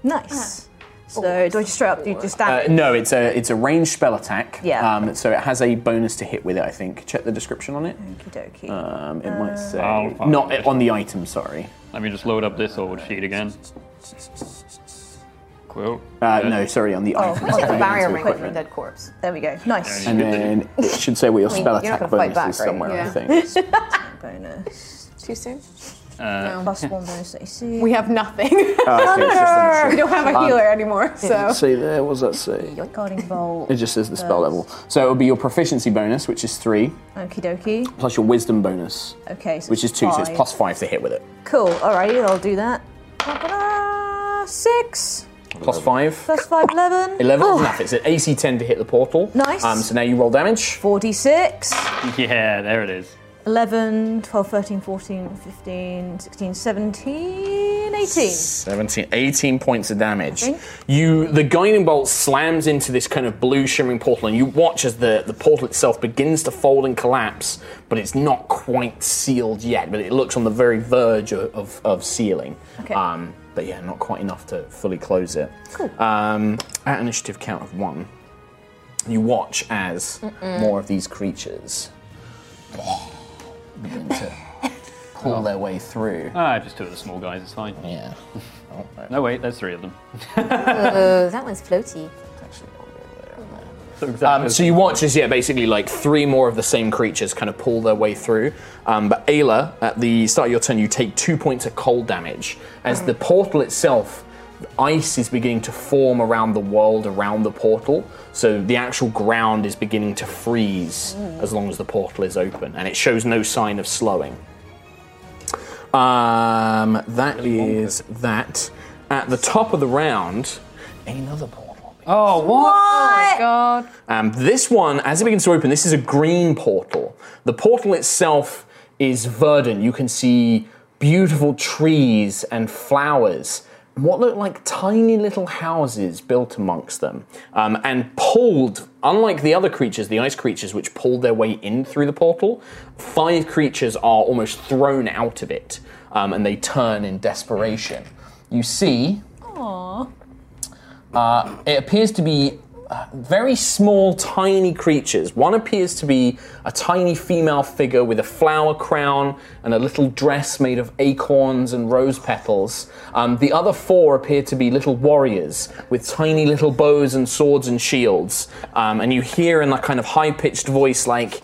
C: Nice. So do I just straight up do just
B: Uh,
C: stand?
B: no, it's a it's a ranged spell attack.
C: Yeah.
B: Um, so it has a bonus to hit with it. I think. Check the description on it.
C: Okey-dokey.
B: Um, it might say
A: I'll find
B: not
A: it.
B: on the item. Sorry.
A: Let me just load up this old sheet again. Quill.
H: Ah.
J: Uh, no, sorry, on the
C: Oh,
J: item.
C: oh, the barrier
J: Into
C: ring put in the
J: equipment.
C: dead corpse. There we go. Nice.
J: And then it should say what your
C: I mean,
J: spell
C: you're not
J: attack
C: gonna
J: bonus
C: fight back,
J: is
C: right?
J: somewhere,
C: Yeah.
J: I
C: *laughs*
J: think. Ah,
C: Bonus.
D: Too soon?
A: Uh,
C: Plus one bonus AC.
D: We have nothing. *laughs*
J: Oh, okay, it's just on the
D: we don't have a
J: Um,
D: healer anymore, so.
J: See there, what does that say?
C: Guarding bolt.
J: It just says the spell level. So it would be your proficiency bonus, which is three,
C: Okie dokie.
J: plus your wisdom bonus,
C: Okay, so
J: which is
C: it's
J: two, so it's
C: five.
J: plus five to hit with it.
C: Cool. Alrighty, I'll do that. Ba-ba-da. Six
B: Plus five.
C: plus five, eleven.
B: 11 is
C: Oh,
B: enough. It's an AC 10 to hit the portal.
C: Nice.
B: Um, so now you roll damage.
C: Forty-six.
A: yeah, there it is.
C: 11, 12, 13, 14, 15, 16, 17, 18.
B: 17, 18 points of damage.
C: Okay.
B: You, the guiding bolt slams into this kind of blue shimmering portal, and you watch as the, the portal itself begins to fold and collapse, but it's not quite sealed yet, but it looks on the very verge of, of, of sealing.
C: Okay.
B: Um, but yeah, not quite enough to fully close it.
C: Cool.
B: Um, at initiative count of one, you watch as more of these creatures
C: *laughs*
B: begin to pull their way through.
H: Uh,
A: Ah, just two of the small guys. It's fine.
B: Yeah. *laughs* Oh, right.
A: No, wait, there's three of them.
E: Oh, that one's floaty.
B: Actually, I'll go there.
A: So
B: Um,
A: exactly.
B: so you watch as yeah, basically like three more of the same creatures kind of pull their way through. Um, but Ayla, at the start of your turn, you take two points of cold damage as the portal itself. the Ice is beginning to form around the world around the portal, so the actual ground is beginning to freeze as long as the portal is open, and it shows no sign of slowing. Um, that is that. At the top of the round, another portal.
A: oh, what?
B: Um, this one, as it begins to open, this is a green portal. The portal itself is verdant. You can see beautiful trees and flowers, and what look like tiny little houses built amongst them, um, and pulled. Unlike the other creatures, the ice creatures, which pulled their way in through the portal, five creatures are almost thrown out of it, um, and they turn in desperation. You see it appears to be uh, very small, tiny creatures. One appears to be a tiny female figure with a flower crown and a little dress made of acorns and rose petals. Um, the other four appear to be little warriors with tiny little bows and swords and shields. Um, and you hear in that kind of high pitched voice, like,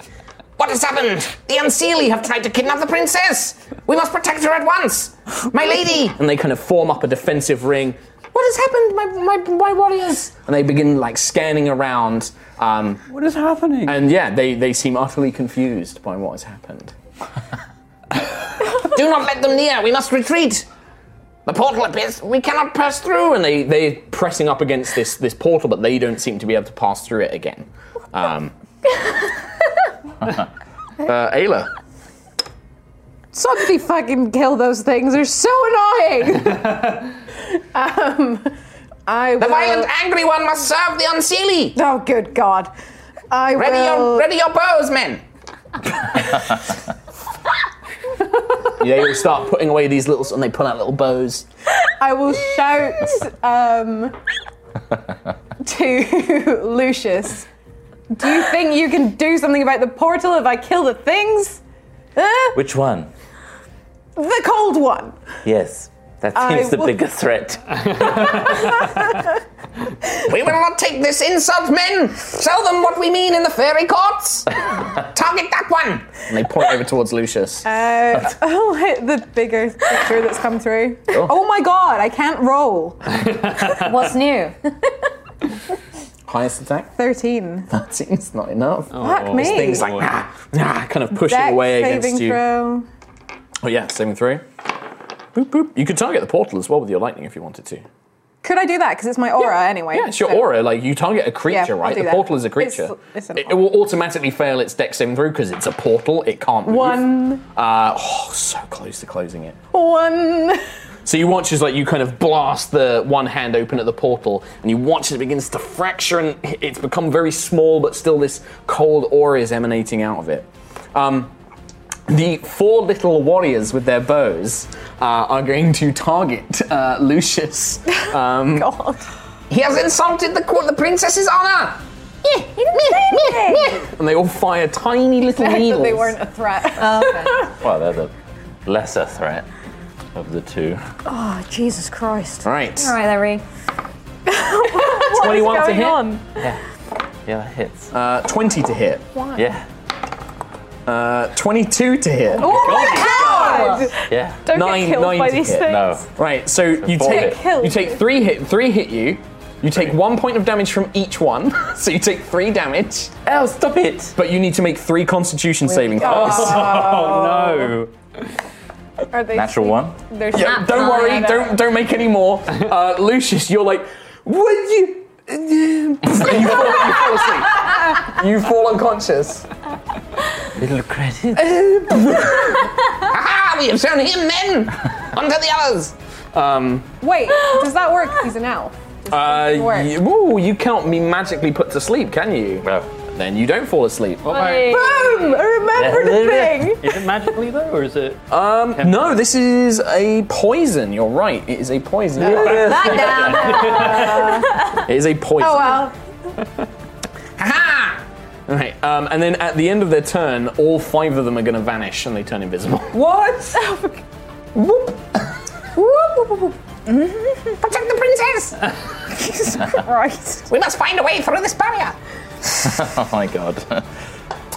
B: What has happened? The Unseelie have tried to kidnap the princess! We must protect her at once! My lady! And they kind of form up a defensive ring what has happened, my, my, my warriors? And they begin like scanning around. Um,
A: What is happening?
B: and yeah, they, they seem utterly confused by what has happened. *laughs* Do not let them near, we must retreat. The portal appears, we cannot pass through. And they, they're pressing up against this, this portal, but they don't seem to be able to pass through it again. Um, uh, Ayla.
D: Somebody fucking kill those things. They're so
B: *laughs*
D: annoying. um, I
B: The
D: will.
B: violent, angry one must serve the unseelie.
D: Oh, good God. I
B: Ready,
D: will.
E: Oh.
B: your, ready your bows, men. they all start putting away these little, and they pull out little bows.
D: I will shout um, to *laughs* Lucius. Do you think you can do something about the portal if I kill the things? Huh?
H: Which one?
D: the cold one.
H: Yes, that
D: I
H: seems the
D: will-
H: bigger threat.
B: We will not take this insult, men. Show them what we mean in the fairy courts. Target that one. And they point over towards Lucius.
D: Uh, *laughs* I'll hit the bigger picture that's come through. Oh, my God! I can't roll.
E: *laughs* What's new?
B: Highest attack.
D: Thirteen.
B: That seems not enough.
D: Fuck me.
B: Oh, Things like nah, nah, kind of pushing
D: Dex
B: away
D: Oh. saving
B: against you.
D: throw.
B: Oh yeah, saving throw. Boop boop. You could target the portal as well with your lightning if you wanted to.
D: Could I do that? Because it's my aura anyway.
B: Yeah, it's your
D: so-
B: aura. Like you target a creature,
D: Yeah, I'll
B: right?
D: do
B: The
D: that.
B: portal is a creature.
D: It's- it's an
B: it, it will automatically fail its deck saving through because it's a portal. It can't move.
D: One.
B: Uh, oh, so close to closing it.
D: One. *laughs*
B: So you watch as like you kind of blast the one hand open at the portal, and you watch as it begins to fracture, and it's become very small, but still this cold aura is emanating out of it. Um, the four little warriors with their bows uh, are going to target uh,
E: *laughs*
B: Lucius. Um,
D: God.
B: *laughs* He has insulted the court, the princess's honor.
E: *laughs*
B: And they all fire tiny little
D: That
B: needles. Oh
D: they weren't a threat.
H: well, they're the lesser threat. of the two.
C: Oh, Jesus Christ.
H: All right.
E: All right, Larry.
B: 21 to hit.
H: Yeah, that hits.
B: Uh, 20 to hit.
H: Why? Yeah,
B: Uh, 22 to hit.
D: Oh
C: my God!
H: yeah.
C: Don't get killed by
B: to
C: these
B: hit.
C: things.
H: No.
B: Right, so you
H: four
B: take
C: hit.
B: you take three hit three hit you. You take one point of damage from each one, *laughs* so you take three damage.
H: Oh, stop it!
B: But you need to make three Constitution saving
D: Oh.
B: throws.
A: Oh
D: Are they
H: Natural one.
D: They're
B: *laughs* Yeah, don't worry, don't don't make any more. Uh, Lucius, you're like, would you? *laughs* you, fall, you fall asleep. You fall unconscious.
H: Little credit.
B: Ah, we have shown him men. Onto the others. Um,
D: Wait, does that work? He's an owl.
B: uh,
D: Work.
B: you, ooh, you can't be magically put to sleep, can you?
H: No.
B: Then you don't fall asleep.
D: Boom! I
H: Yeah.
D: remembered the thing.
A: no! Is it magically though, or is it?
B: Um, no, this is a poison. You're right. It is a poison. *laughs*
E: Back down.
B: It is a poison.
D: Oh well.
B: Ha! Right, um, and then at the end of their turn, all five of them are going to vanish and they turn invisible.
D: What?
B: Whoop! whoop, whoop, whoop. Protect the
E: *laughs*
B: princess! *laughs*
D: Christ.
B: We must find a way through this barrier!
H: oh my god.
B: *laughs*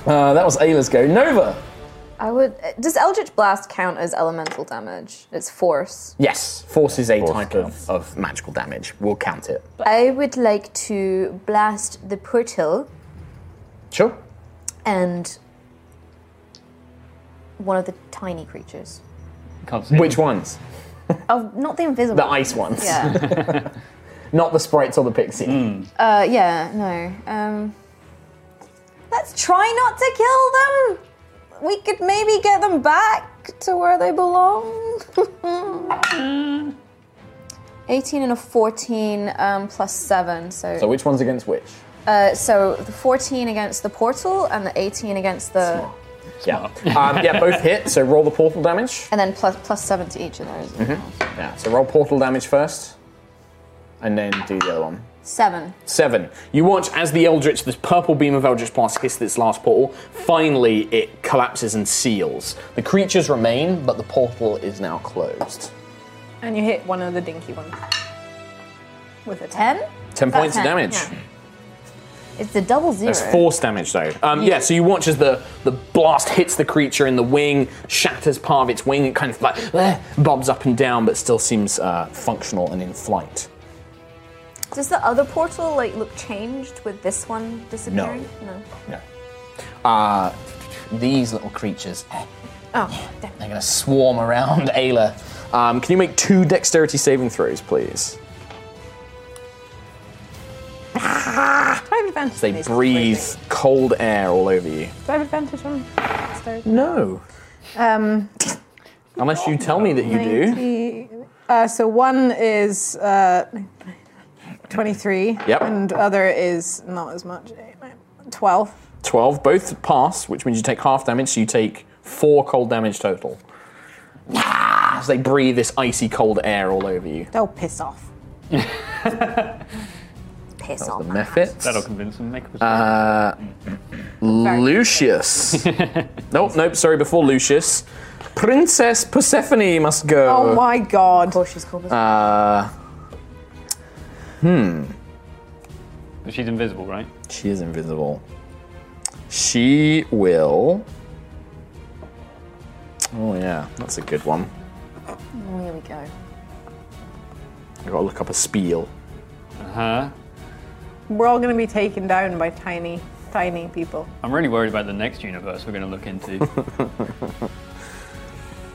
B: Uh, that was Ayla's go. Nova!
E: I would. Does Eldritch Blast count as elemental damage? It's force.
B: Yes, force is a
H: Force
B: type
H: counts.
B: of, of magical damage. We'll count it.
E: I would like to blast the portal
B: Sure.
E: and one of the tiny creatures.
A: Can't see.
B: Which ones?
E: Oh, not the invisible.
B: The ice ones.
E: Yeah.
B: *laughs* Not the sprites or the pixie.
E: uh, yeah. No. Um, let's try not to kill them. We could maybe get them back to where they belong. *laughs* 18 and a 14 um, plus 7,
B: So which one's against which?
E: Uh, so the 14 against the portal and the 18 against the.
B: Yeah. um, yeah, both hit, so roll the portal damage.
E: And then plus, plus 7 to each of those.
B: Mm-hmm. Yeah, so roll portal damage first, and then do the other one.
E: 7.
B: Seven. You watch as the Eldritch, this purple beam of Eldritch Blast hits its last portal. Finally, it collapses and seals. The creatures remain, but the portal is now closed.
D: *laughs* And you hit one of the dinky ones with a
E: 10?
B: Ten
E: That's
B: points of
E: 10,
B: damage.
E: yeah. It's the double zero.
B: That's force damage, though. Um, yeah. so you watch as the, the blast hits the creature in the wing, shatters part of its wing, it kind of like eh, bobs up and down, but still seems uh, functional and in flight.
E: Does the other portal like look changed with this one disappearing? No.
B: No. Uh, these little creatures, eh,
D: Oh, damn.
B: they're going to swarm around Ayla. Um, can you make two dexterity saving throws, please?
D: Do I have advantage? on
B: They
D: these?
B: breathe cold air all over you.
D: Do I have advantage on? these?
B: No.
D: Um,
B: Unless you tell me that you do.
D: do. Uh, so one is uh, 23.
B: Yep.
D: And other is not as much. Eight, nine, 12.
B: 12. Both pass, which means you take half damage, so you take four cold damage total. As they breathe this icy cold air all over you.
D: They'll piss off.
E: Piss
B: The
E: off.
B: Mephits. Uh,
A: That'll convince them. Make a mistake.
H: Uh,
B: Lucius. nope, nope, sorry, before Lucius. Princess Persephone must go.
D: Oh my god.
E: Oh, she's called.
B: Uh,
A: But She's invisible, right?
B: she is invisible. She will. Oh, yeah, that's a good one.
E: Oh, here we go.
B: I've got to look up a spiel.
A: Uh huh.
D: We're all going to be taken down by tiny, tiny people.
A: I'm really worried about the next universe we're going to look *laughs* into.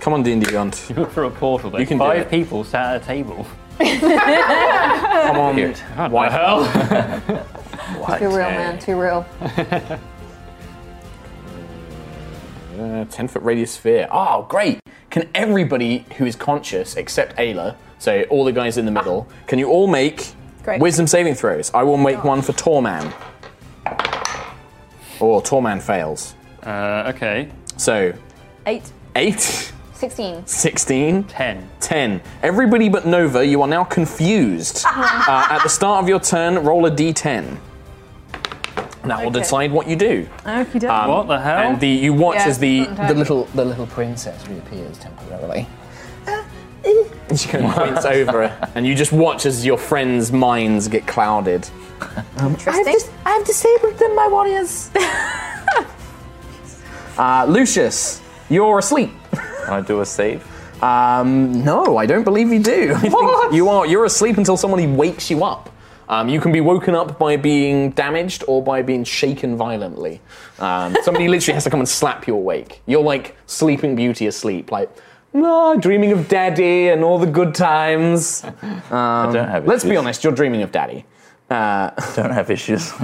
B: Come on, D&D Beyond.
A: Look for a portal. There.
B: You can do
A: Five
B: it.
A: people sat at a table.
B: *laughs* Come on.
A: Why hell?
E: Too real, man. Too real.
B: A 10 uh, foot radius sphere. Oh, great. Can everybody who is conscious, except Ayla, so all the guys in the middle, can you all make
D: Great.
B: wisdom saving throws? I will make one for Torman. Oh, Torman fails.
A: *laughs* uh, okay.
B: So,
E: Eight.
B: *laughs* 8,
E: Sixteen.
B: 16,
A: Ten.
B: 10. Everybody but Nova, you are
D: *laughs*
B: now confused. uh, at the start of your turn, roll a d10. And that will
D: Okay.
B: decide what you do.
D: Okay,
A: what Um, the hell?
B: And the, you watch
D: Yeah,
B: as the,
D: sometimes.
B: the little the little princess reappears temporarily. She kind of points over it, and you just watch as your friends' minds get clouded.
E: I've, dis-
H: I've disabled them, my warriors.
B: Uh, Lucius, you're asleep.
H: Can I do a save?
B: Um, no, I don't believe you do. *laughs* I think you are. You're asleep until somebody wakes you up. Um, you can be woken up by being damaged or by being shaken violently. Um, *laughs* somebody literally has to come and slap you awake. You're like Sleeping Beauty asleep, like no, dreaming of daddy and all the good times. Um, I
H: don't have
B: *laughs* Let's be
H: issues.
B: honest, you're dreaming of daddy. Uh, *laughs*
H: Don't have issues. *laughs*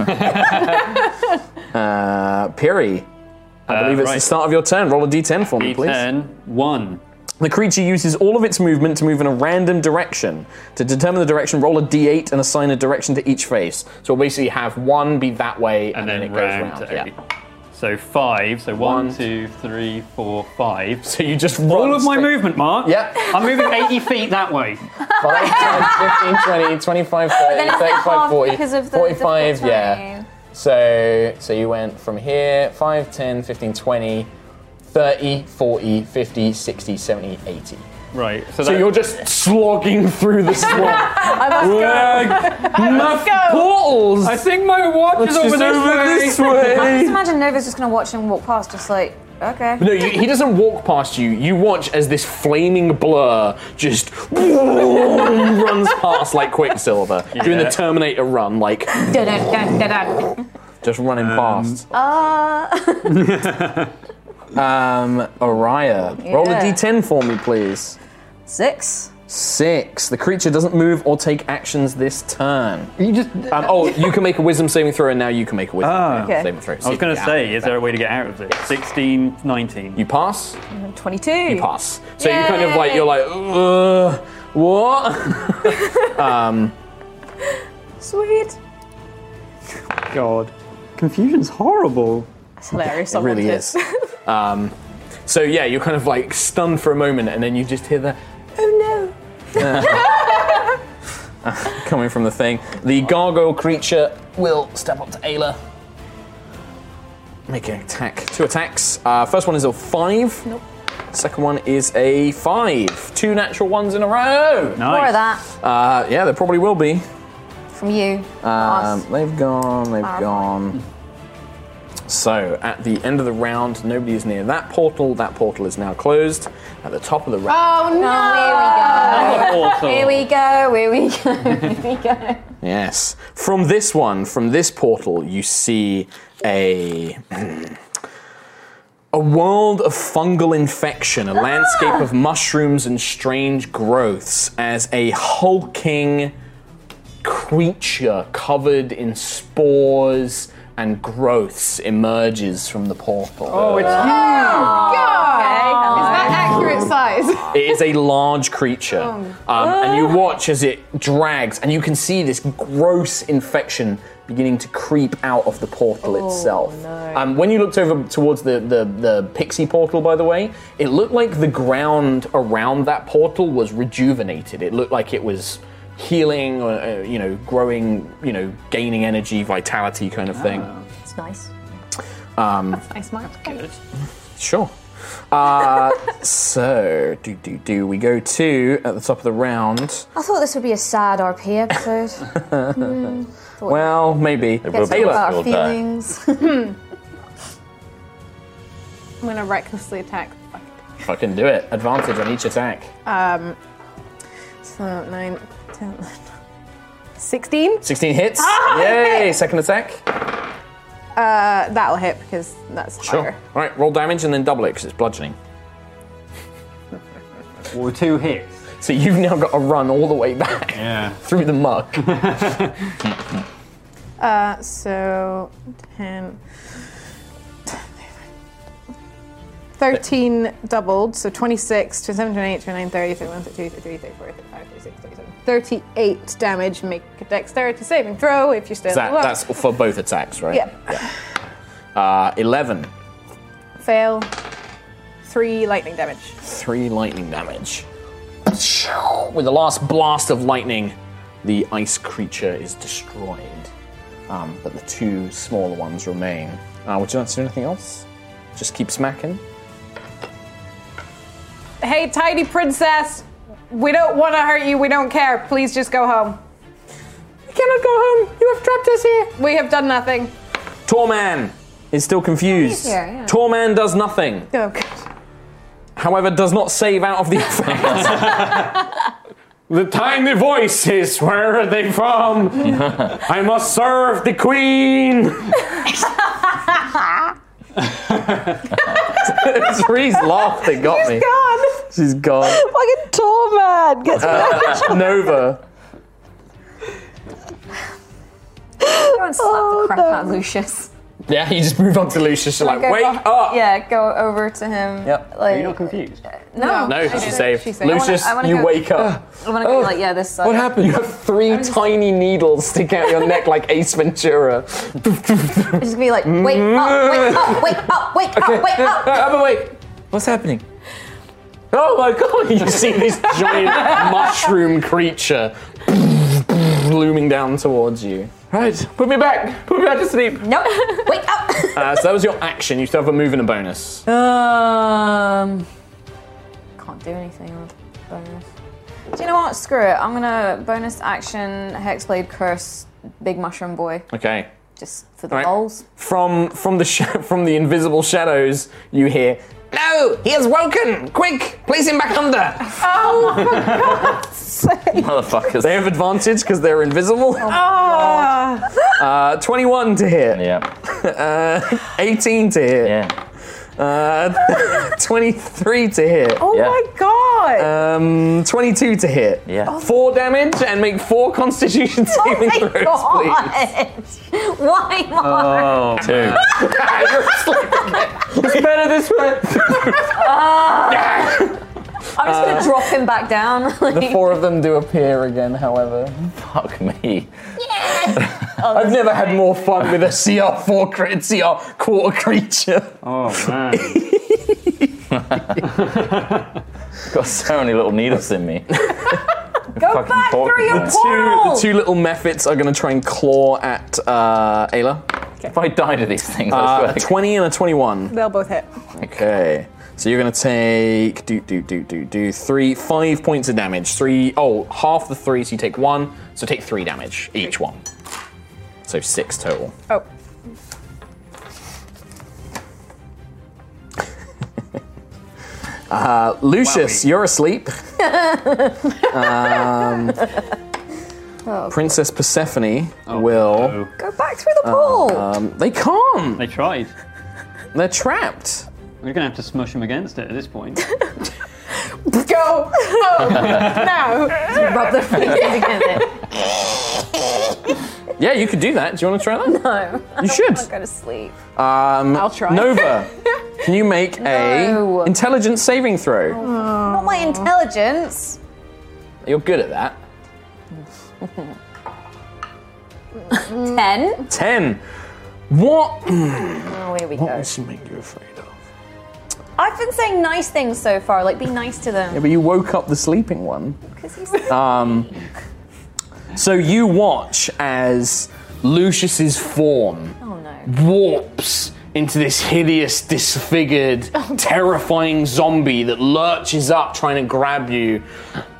B: uh, Piri, I
A: Uh,
B: believe it's
A: right.
B: the start of your turn. Roll a d10 for me, please.
A: D10, one.
B: The creature uses all of its movement to move in a random direction. To determine the direction, roll a d8 and assign a direction to each face. So we'll basically have one be that way
A: And
B: and, then,
A: then
B: it goes
A: round
B: round.
A: to
B: Yeah.
A: eight. So five. So
B: One,
A: one, two, three, four, five.
B: So you just
A: all
B: run
A: of my
B: straight-
E: *laughs*
A: movement, Mark.
B: Yep.
A: I'm moving 80 feet that way.
B: 5, 10, 15, 20, 25, 30,
E: then it's
B: 35,
E: half
B: 40,
E: because of the- the
B: 45,
E: full
B: yeah.
E: terrain.
B: So, so you went from here, 5, 10, 15, 20, 30, 40, 50, 60, 70, 80.
A: Right. So,
B: So
A: that-
B: you're just slogging through
E: *laughs*
B: the swamp.
C: I must
B: Ugh, enough
C: go.
B: portals!
A: I think my watch
B: Let's
A: is over
B: just
A: this way.
E: I just imagine Nova's just gonna watch and walk past, just like, okay.
B: No, you, he doesn't walk past you. You watch as this flaming blur just *laughs* runs past like Quicksilver, doing the
A: Yeah.
B: Terminator run, like
E: Dun-dun-dun-dun-dun.
B: just running
A: Um,
B: past.
E: Uh, *laughs*
B: Um, Araya, roll a
E: Yeah.
B: d10 for me, please.
E: six.
B: Six. The creature doesn't move or take actions this turn.
A: You just.
B: Um, oh, you can make a wisdom saving throw, and now you can make a wisdom
A: Ah.
C: Okay.
B: saving throw.
A: I was going to say, is there a way to get out of this? 16, 19.
B: You pass.
C: go. 22.
B: you pass. So you kind of like you're like, uh, what?
C: Sweet.
F: God. Confusion's horrible.
C: That's hilarious.
B: It really is. um, so yeah, you're kind of like stunned for a moment, and then you just hear the
C: Oh
B: coming from the thing. The gargoyle creature will step up to Ayla. Make an attack. Two attacks. Uh, first one is a five. Nope. Second one is a five. Two natural ones in a row.
A: Ah, Nice.
E: More of that
B: Uh, yeah, there probably will be.
E: from you.
B: Um,
E: us.
B: they've gone, they've
E: Alright.
B: gone. So, at the end of the round, nobody is near that portal. That portal is now closed. At the top of the round.
E: Oh, here we go.
A: Awesome.
E: *laughs* Here we go, here we go, *laughs* here we go.
B: Yes. From this one, from this portal, you see a. A world of fungal infection, a landscape of mushrooms and strange growths, as a hulking creature covered in spores and growths emerges from the portal.
A: Oh, it's
C: God.
D: Is that accurate size?
B: It is a large creature. Um, and you watch as it drags, and you can see this gross infection beginning to creep out of the portal itself. Um, when you looked over towards the, the, the pixie portal, by the way, it looked like the ground around that portal was rejuvenated. It looked like it was healing, or, uh, you know, growing, you know, gaining energy, vitality kind of thing.
C: It's nice.
D: Nice mark.
B: Sure. Uh, *laughs* so, do, do, do, we go to, at the top of the round,
E: I thought this would be a sad RP episode.
B: Well, maybe.
E: Let's talk
B: Ayla.
E: about our
H: We'll die.
E: feelings.
D: I'm gonna recklessly attack. the bucket.
B: Fucking do it. Advantage on each attack.
D: Um, so nine, ten, *laughs* sixteen.
B: 16 hits. Yay! Second attack.
D: Uh, that'll hit because that's
B: Sure.
D: higher.
B: All right, roll damage and then double it because it's bludgeoning.
A: Well, two hits.
B: So you've now got to run all the way back
A: Yeah.
B: *laughs* through the muck.
D: Uh, so ten. 13 doubled, so 26, 27, 28, 29, 30, 31, 32, 33, 34, 35, 36, 37. 38 damage. Make a dexterity saving throw if you're still
B: that,
D: alive.
B: that's for both attacks, right?
D: Yeah.
B: Uh, 11.
D: Fail. Three lightning damage.
B: Three lightning damage. With the last blast of lightning, the ice creature is destroyed. Um, but the two smaller ones remain. Uh, would you like to do anything else? Just keep smacking.
D: Hey, tidy princess! We don't want to hurt you. We don't care. Please just go home. We cannot go home. You have trapped us here. We have done nothing.
B: Torman is still confused.
D: He's here, yeah.
B: Torman does nothing.
D: Oh, God.
B: However, does not save out of the effect. *laughs* the tiny voices, where are they from? I must serve the queen. Ree's laugh that got me. She's gone.
K: Fucking tall man gets
B: Uh, Nova.
E: Go and slap the crap out of Lucius.
B: Yeah, you just move on to Lucius. You're like,
E: Go
B: wait
E: o-
B: up.
E: Yeah, go over to him.
B: Yep.
E: Like, uh,
B: confused.
E: No.
B: No,
E: I
B: she's
E: didn't.
B: safe.
E: She's safe. I wanna-
B: Lucius,
E: I wanna
B: you
E: go-
B: wake up.
E: I want to go like, yeah, this uh, sucks.
J: What happened? You have three tiny needles sticking out your neck like Ace Ventura.
E: It's just gonna be like, wake up, wake up, wake up, wake up, wake
B: *laughs*
E: up.
B: but wait. What's happening? Oh my god, you see this giant mushroom creature looming down towards you. Right, put me back. Put me back to sleep.
E: Nope. Wake up.
B: Uh, so that was your action. You still have a move and a bonus.
E: Um, *laughs* can't do anything on bonus. Do you know what? Screw it. I'm gonna bonus action hexblade curse big mushroom boy
B: Okay.
E: just for the
B: All right. *laughs*
E: goals.
B: From from the sh- *laughs* from the invisible shadows, you hear No, he has woken. Quick, place him back under.
K: Oh my
D: *laughs*
B: motherfuckers. They
H: *laughs*
B: have advantage because they're invisible.
D: Oh,
K: god.
B: Uh, 21 to hit. Yeah. Uh, 18 to hit. Yeah. Uh, *laughs* 23 to hit.
K: Oh my god.
B: Um, 22 to hit. Yeah. Four damage and make four Constitution saving
E: *laughs* oh my
B: throws, please.
E: god! *laughs* Why more?
B: two. *laughs* it's better this way.
E: Ah. I'm just gonna
J: Uh,
E: drop him back down. *laughs*
J: the
B: uh,
E: like-
J: four of them do appear again, however.
H: Fuck me.
E: Oh,
J: I've never had more fun with a CR four crit CR quarter creature.
H: Oh man. Got so many little needles in me.
E: Go back through your
B: The two,
E: portal.
B: the two little mephits are going to try and claw at uh, Ayla. If I die to these things,
H: I swear.
B: a 20 and a 21.
D: They'll both hit.
B: Okay. So you're gonna take do do do do do three five points of damage. Three oh half the three, so you take one, so take three damage each one. So six total.
D: Oh.
B: Uh, Lucius,
E: *laughs*
B: you're asleep. Um,
E: Oh,
B: Princess Persephone will
E: Go back through the portal.
B: Um, they can't.
A: They tried.
B: They're trapped.
A: We're gonna have to smush them against it at this
E: *laughs*
A: point.
D: Go
B: *laughs*
D: home now.
E: Rub their faces against it.
B: Yeah, you could do that. Do you want to try that?
E: *laughs* No. Oh
B: You should.
E: I'm gonna go to sleep.
B: Um, I'll
E: try. *laughs*
B: Nova, can you make
E: No. Oh.
B: a intelligence saving throw?
E: Not my intelligence.
B: You're good at that.
E: Ten.
B: Ten. What?
E: Oh, here we
B: what
E: go.
B: would she make you afraid of?
E: I've been saying nice things so far, like be nice to them.
B: Yeah, but you woke up the sleeping one.
E: 'Cause he's-
B: Um, so you watch as Lucius's form
E: oh,
B: warps into this hideous, disfigured, terrifying zombie that lurches up trying to grab you.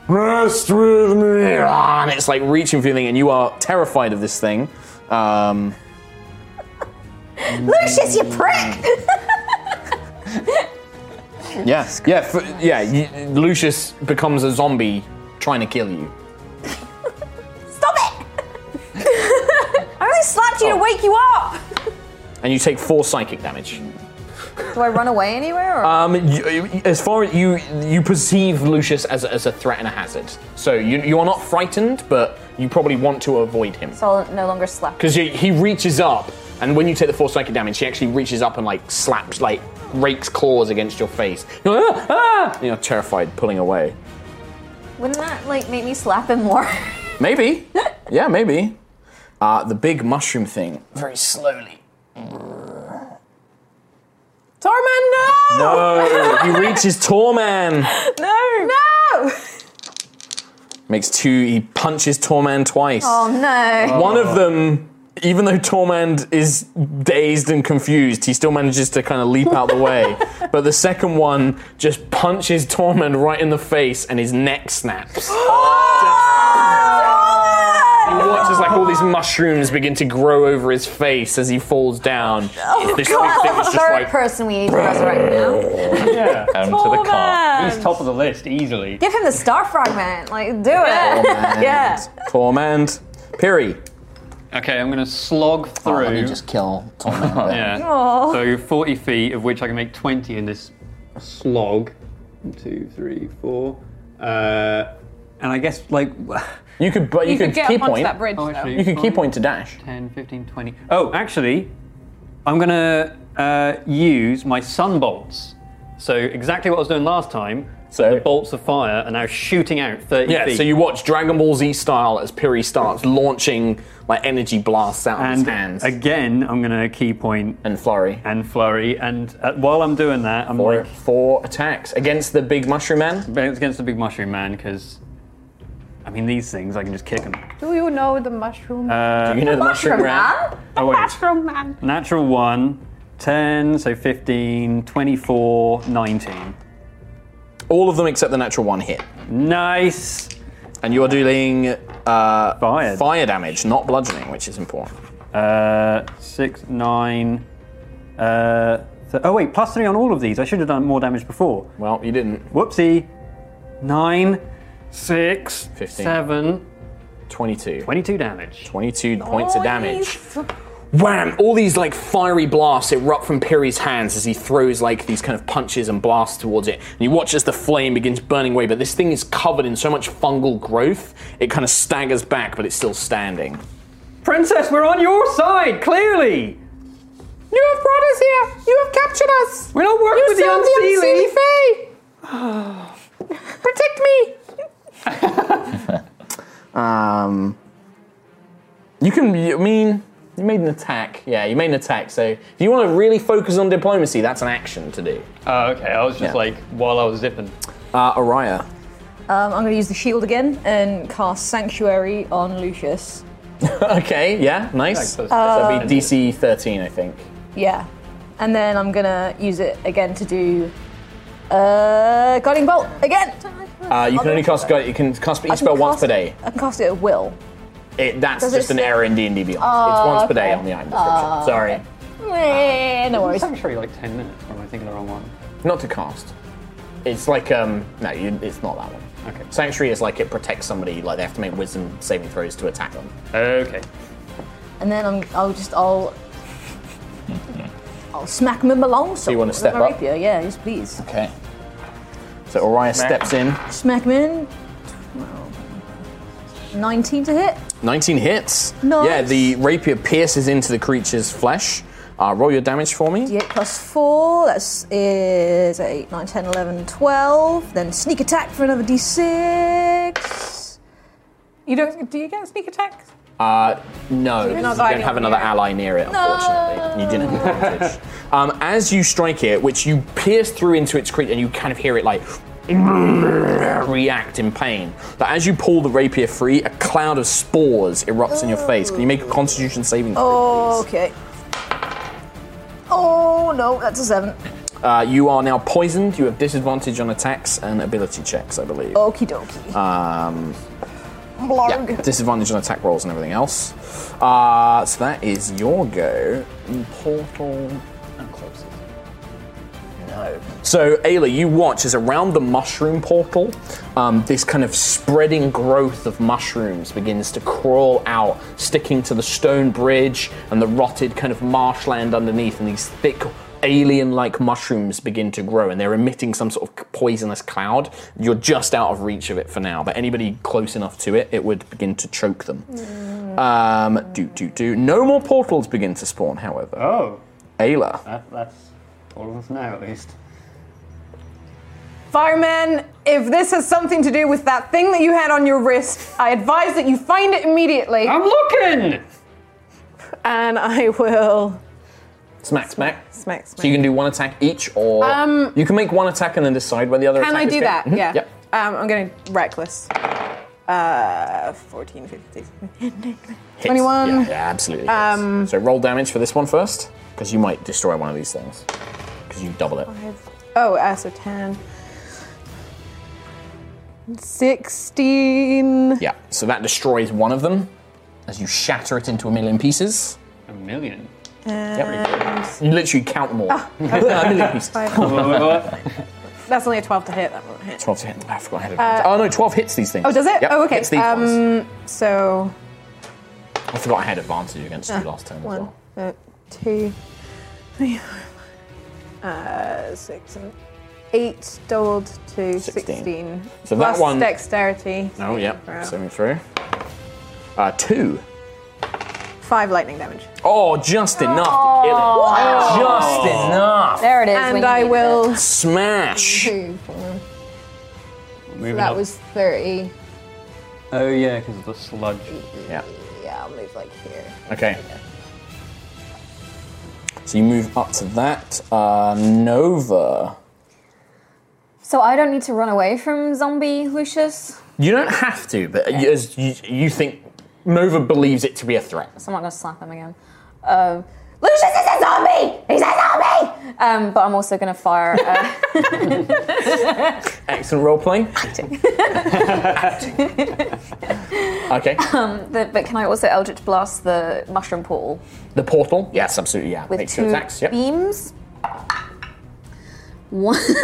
B: Rest with me, ah, and it's like reaching for your thing, and you are terrified of this thing. Um,
E: Lucius, you prick!
B: yeah, yeah, f- yeah. You, Lucius becomes a zombie trying to kill you.
E: Stop it! I only slapped
B: Oh.
E: you to wake you up!
B: and you take four psychic damage.
E: Do I run away anywhere? Or?
B: Um, you, as far as you you perceive Lucius as a, as a threat and a hazard, so you you are not frightened, but you probably want to avoid him
E: so I'll no longer slap.
B: because he reaches up, and when you take the four psychic damage, he actually reaches up and like slaps, like rakes claws against your face. You're, like, "Ah, ah," you're terrified, pulling away.
E: Wouldn't that like make me slap him more?
B: Maybe, yeah, maybe. Uh, the big mushroom thing. Very slowly.
D: Tormund,
B: No, *laughs* he reaches Torman.
D: no! No! No!
B: Makes two. He punches Torman twice.
E: Oh no.
B: One of them even though Tormand is dazed and confused, he still manages to kind of leap out the way. *laughs* but the second one just punches Tormand right in the face and his neck snaps.
D: Oh!
B: He watches like all these mushrooms begin to grow over his face as he falls down.
E: Oh,
B: this
E: God.
B: big
E: *laughs*
B: thing is just
E: Third
B: like
E: person we need to resurrect now.
A: Yeah.
H: Down
E: to the car. Tormund.
A: He's top of the list easily.
E: Give him the star fragment. Like, do it.
A: Tormund.
E: *laughs* yeah.
B: Tormand. Piri.
A: Okay, I'm going to slog through.
B: Oh, let me
A: just kill
H: *laughs*
A: Tormund. yeah.
E: Aw.
A: So 40 feet, of which I can make 20 in this slog. One, two, three, four. Uh, and I guess, like.
B: You could, but
A: you,
B: You could could get key up onto point. that bridge,
A: Oh, *laughs*
B: though.
A: actually,
B: You could key
A: five,
B: point to dash.
A: 10, 15, 20. Oh, actually, I'm going to uh, use my sun bolts. So exactly what I was doing last time. So the bolts of fire are now shooting out 30
B: Yeah,
A: feet.
B: so you watch Dragon Ball Z style as Piri starts launching like energy blasts out of his
A: and
B: hands.
A: again, I'm going to key point
B: and flurry
A: and flurry. And uh, while I'm doing that, I'm
B: Four-
A: like
B: four attacks against the big mushroom man.
A: Against the big mushroom man, because I mean these things, I can just kick them.
D: Do you know the mushroom?
A: Uh,
B: Do you know the The mushroom mushroom
D: man?
A: Oh wait,
D: Mushroom man.
A: natural one, 10, so 15, 24, 19.
B: All of them except the natural one hit.
A: Nice.
B: And you are dealing uh,
A: fire.
B: damage, not bludgeoning, which is important.
A: Uh, six, nine. Uh, th- oh wait, plus three on all of these. I should have done more damage before.
B: Well, you didn't.
A: Whoopsie. Nine, six,
B: 15.
A: seven,
B: 22.
A: 22 damage.
B: 22 points of damage. Wham! All these like fiery blasts erupt from Piri's hands as he throws like these kind of punches and blasts towards it. And you watch as the flame begins burning away, but this thing is covered in so much fungal growth, it kind of staggers back, but it's still standing.
A: Princess, we're on your side, clearly!
K: You have brought us here. You have captured us.
A: We don't work
K: you
A: with the
K: serve
A: unseelie.
K: Fae. Protect me.
B: Um, you can. I mean, you made an attack. Yeah, you made an attack. So if you want to really focus on diplomacy, that's an action to do.
A: Oh, okay. I was just
B: Yeah.
A: like, while I was zipping.
B: Uh, Araya.
C: Um, I'm going to use the shield again and cast Sanctuary on Lucius.
B: *laughs* okay. Yeah. Nice.
C: Like those-
B: That'd
C: Um,
B: be DC 13, I think.
C: Yeah. And then I'm going to use it again to do uh, Guiding Bolt again.
B: Uh, you can only cast. You can cast
C: I
B: each
C: can
B: spell once
C: cast-
B: per day.
C: I can cast it at will.
B: It, that's
C: Does it
B: just an
C: say-
B: error in D and D Beyond.
C: Oh,
B: it's once per
C: okay.
B: day on the item description.
C: Oh,
B: Sorry,
C: Eh, no worries.
A: Sanctuary like 10 minutes, or am I thinking the wrong one?
B: not to cast. It's like um no, you, it's not that one. Okay. Sanctuary is like it protects somebody. Like they have to make Wisdom saving throws to attack them.
A: Okay.
C: And then I'm, I'll just
B: *laughs*
C: I'll I'll smack him in the long sword.
B: you wanna
C: with
B: step
C: my
B: up?
C: Rapier. Yeah, yes, please.
B: Okay. So Orion steps in.
C: Smack him in. 19 to hit.
B: 19 hits.
C: Nice.
B: Yeah, the rapier pierces into the creature's flesh. Uh, roll your damage for me.
C: D8 plus 4. That's is 8, 9, 10, 11, 12. Then sneak attack for another D6.
D: You don't? Do you get a sneak attack?
B: Uh,
D: You're
B: no,
D: not
B: because you don't
D: guiding
B: have
D: near
B: another
D: it.
B: ally near it, unfortunately. You didn't have advantage. um, as you strike it, which you pierce through into its creature, and you kind of hear it like react in pain. But as you pull the rapier free, a cloud of spores erupts in your face. Can you make a constitution saving throw?
C: Oh, okay. Oh, no, that's a 7.
B: Uh, you are now poisoned. You have disadvantage on attacks and ability checks, I believe.
C: Okie dokie.
B: Um,
C: Blarg.
B: yeah, disadvantage on attack rolls and everything else. Uh, so that is your go. Portal and closes. No. So, Ayla, you watch as around the mushroom portal, um, this kind of spreading growth of mushrooms begins to crawl out, sticking to the stone bridge and the rotted kind of marshland underneath, and these thick alien like mushrooms begin to grow, and they're emitting some sort of poisonous cloud. You're just out of reach of it for now, but anybody close enough to it, it would begin to choke them. Um, do, do, do. No more portals begin to spawn, however.
A: Oh.
B: Ayla.
A: That, that's all of us now, at least.
D: Fireman, if this has something to do with that thing that you had on your wrist, I advise that you find it immediately.
A: I'm looking!
D: And I will.
B: Smack, smack.
D: Smack, smack.
B: So you can do one attack each, or
D: Um,
B: you can make one attack and then decide where the other
D: Can
B: attack
D: I
B: is Mm-hmm.
D: do
B: going.
D: that?
B: Mhm,
D: Yeah.
B: Yep.
D: Um, I'm going to reckless. Uh, 14, 15, 16. 21.
B: Yeah, yeah, absolutely.
D: Um,
B: so roll damage for this one first, because you might destroy one of these things. Because you double it.
D: Five. Oh, uh, so 10. 16.
B: Yeah, so that destroys one of them as you shatter it into a million pieces.
A: A million?
D: And Ah.
B: You literally count them all. *laughs* a million pieces.
D: Five. that's only a 12 to hit. That won't hit.
B: 12 to hit. I forgot how to.
D: Uh,
B: oh no, 12 hits these things.
D: Oh, does it?
B: Yep,
D: oh, okay.
B: Hits these ones.
D: um, so.
B: I forgot I had advantage against you last time.
D: Ah. One, uh, two, three, four, five, uh, six, and eight doubled to 16.
B: So that
D: Plus
B: one-
D: dexterity.
B: Oh,
D: Wow.
B: yeah. Saving through. Uh, two.
D: Five lightning damage.
B: Oh, just enough. to kill it.
D: Wow.
B: Just
E: Oh.
B: enough.
D: There it is And when you I needed will- it.
E: *laughs*
B: Smash.
L: Two, four. So
A: Moving
L: that
A: up.
L: was 30.
A: Oh yeah, because of the sludge.
B: Yeah.
L: Yeah, I'll move like here.
B: Okay. So you move up to that. Uh, Nova.
E: So I don't need to run away from zombie Lucius.
B: You don't have to, but you- as you, you think Nova believes it to be a threat.
E: So I'm not gonna slap him again. Um, Lucius is a zombie. He's a zombie. Um, but I'm also gonna fire. Uh,
B: Excellent role playing. *laughs* okay.
E: um, the, but can I also Eldritch blast the mushroom portal
B: The portal. Yes, absolutely. Yeah.
E: with
B: Make
E: two
B: two attacks. Yep.
E: beams? One, *laughs*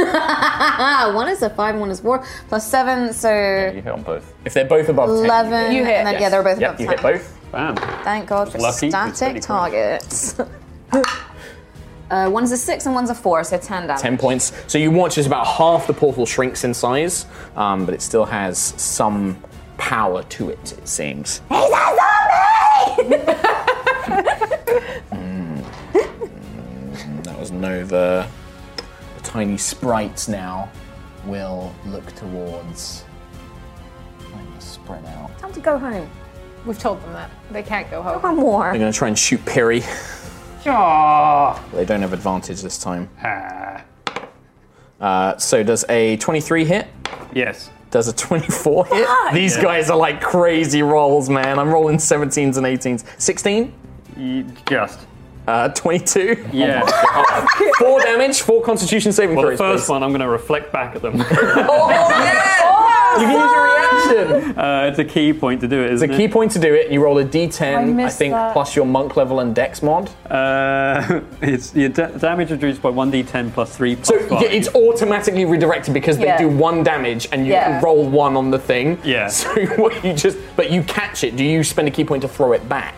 E: one is a five, one is four, plus seven, so
B: You hit on both. If they're both above 10,
E: 11, You hit. and then, yeah, they're both above
B: yep, you
E: 10.
B: hit both. Bam.
E: thank God for
B: Lucky, it's pretty
E: static
B: close.
E: targets. *laughs* uh, one's a six and one's a four, so ten damage.
B: 10 points. So you watch as about half the portal shrinks in size, um, but it still has some power to it, it seems.
E: He's a
B: *laughs*
E: zombie! Mm.
B: Mm, That was Nova. The tiny sprites now will look towards. I'm gonna spread out.
E: Time to go home.
D: We've told them that. They can't go home.
E: One more.
B: They're going to try and shoot Perry.
D: Aww.
B: They don't have advantage this time. Uh, so does a 23 hit?
A: Yes.
B: Does a 24 hit?
A: Fuck!
B: These
A: Yeah.
B: guys are like crazy rolls, man. I'm rolling 17s and 18s. 16?
A: Just.
B: Uh, 22?
A: Yeah.
B: four damage, four constitution saving
A: Well, the
B: throws.
A: first
B: please.
A: one, I'm going to reflect back at them. *laughs*
B: You can use your reaction.
A: Uh, it's a key point to do it,
B: It's
A: isn't
B: a key
A: it?
B: point to do it. You roll a
A: I
B: d10, I,
A: missed
B: think,
A: that.
B: plus your monk level and dex mod.
A: Uh, *laughs* it's your da- damage reduced by 1d10 plus 3 plus
B: So yeah, it's automatically redirected because they
A: Yeah.
B: do one damage and you
A: Yeah.
B: roll one on the thing.
A: Yeah.
B: *laughs* So what you just, but you catch it. Do you spend a key point to throw it back?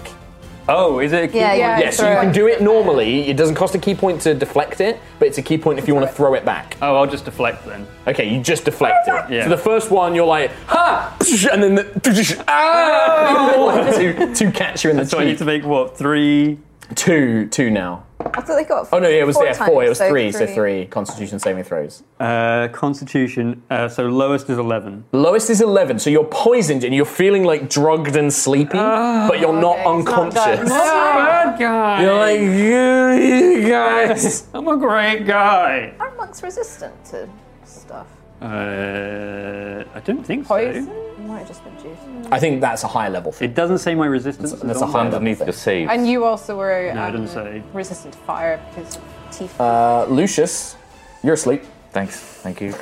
A: Oh, is it a key
B: yeah,
A: point?
B: Yeah, so you can do it normally. It doesn't cost a key point to deflect it, but it's a key point if you want to throw it back.
A: Oh, I'll just deflect then.
B: Okay, you just deflect it.
A: Yeah.
B: So the first one, you're like, ha! And then the, *laughs* ah! to, to catch you in the
A: So I need
B: teeth.
A: to make what, 3?
B: Two, two now.
L: I thought they got
B: Oh no, yeah, it was
L: four
B: yeah,
L: times,
B: four. It was
L: so
B: three, so three Constitution saving throws.
A: Uh, constitution, uh, so lowest is 11.
B: Lowest is eleven, so you're poisoned and you're feeling like drugged and sleepy, but you're Ah. not *laughs* unconscious.
A: bad guy.
B: You're like you, you guys.
A: I'm a great guy.
L: Are monks resistant to stuff?
A: Uh, I don't think
L: Poison?
A: so.
L: Might have just been juice.
B: I think that's a high level.
A: It doesn't say my resistance.
B: That's- that's a high level Underneath thing. the save.
D: And you also were
A: No, I
D: um,
A: didn't say.
D: resistant to fire because teeth.
B: Uh, Lucius, you're asleep.
H: Thanks. Thank you.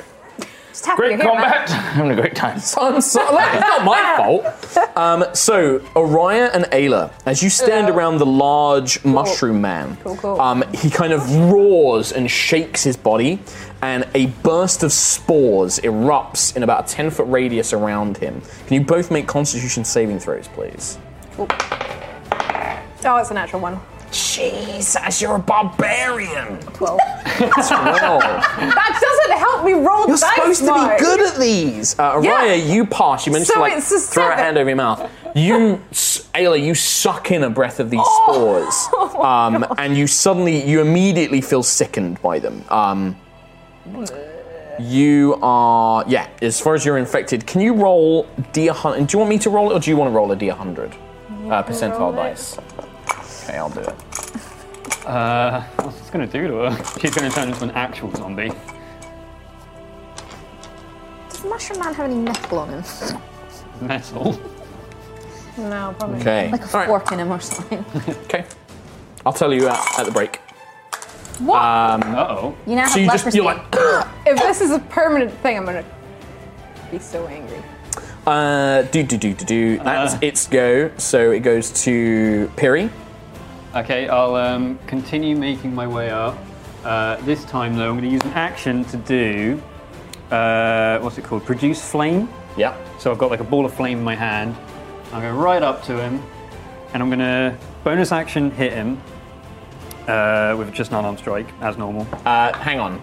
B: Great combat.
H: Having a great time.
B: I'm sorry. Look, It's
L: *laughs*
B: not my fault. Um, so, Araya and Ayla, as you stand around the large mushroom man,
L: Cool, cool.
B: Um, he kind of roars and shakes his body, and a burst of spores erupts in about a 10 foot radius around him. Can you both make constitution saving throws, please?
D: Oh, it's a natural one.
B: Jesus, you're a barbarian. *laughs*
D: Twelve.
B: That's wrong.
D: that doesn't help me roll
B: You're
D: dice.
B: supposed to
D: Mark.
B: be good at these. Uh, Araya,
D: Yeah.
B: you pass. You managed
D: So
B: to like
D: it's a
B: throw a
D: seven.
B: hand over your mouth.
D: *laughs*
B: You, s- Ayla, you suck in a breath of these
D: Oh. *laughs*
B: spores, um, and you suddenly, you immediately feel sickened by them. Um, you are, yeah. As far as you're infected, can you roll d hundred? Do you want me to roll it, or do you want to roll a d hundred uh,
A: roll
B: percentile
A: it.
B: dice? Okay, I'll do it.
A: Uh, what's this going to do to her? *laughs* She's going to turn into an actual zombie. *laughs*
E: Does Mushroom Man have any metal on him?
A: That's all.
D: No, probably.
B: Okay.
E: Like a
B: All right.
E: fork in him or something.
B: okay. I'll tell you at, at the break.
D: What?
B: Um, Uh-oh.
E: You now
B: so
E: have
B: you just,
E: leprosy.
B: you're like,
D: If this is a permanent thing, I'm gonna be so angry.
B: uh, do, do, do, do, do.
A: Uh.
B: That's its go. So it goes to Piri.
A: Okay, I'll um, continue making my way up. Uh, this time, though, I'm going to use an action to do uh, what's it called? Produce flame.
B: Yeah.
A: So I've got like a ball of flame in my hand. I'm going right up to him, and I'm going to bonus action hit him uh, with just an unarmed strike as normal.
B: Uh, hang on.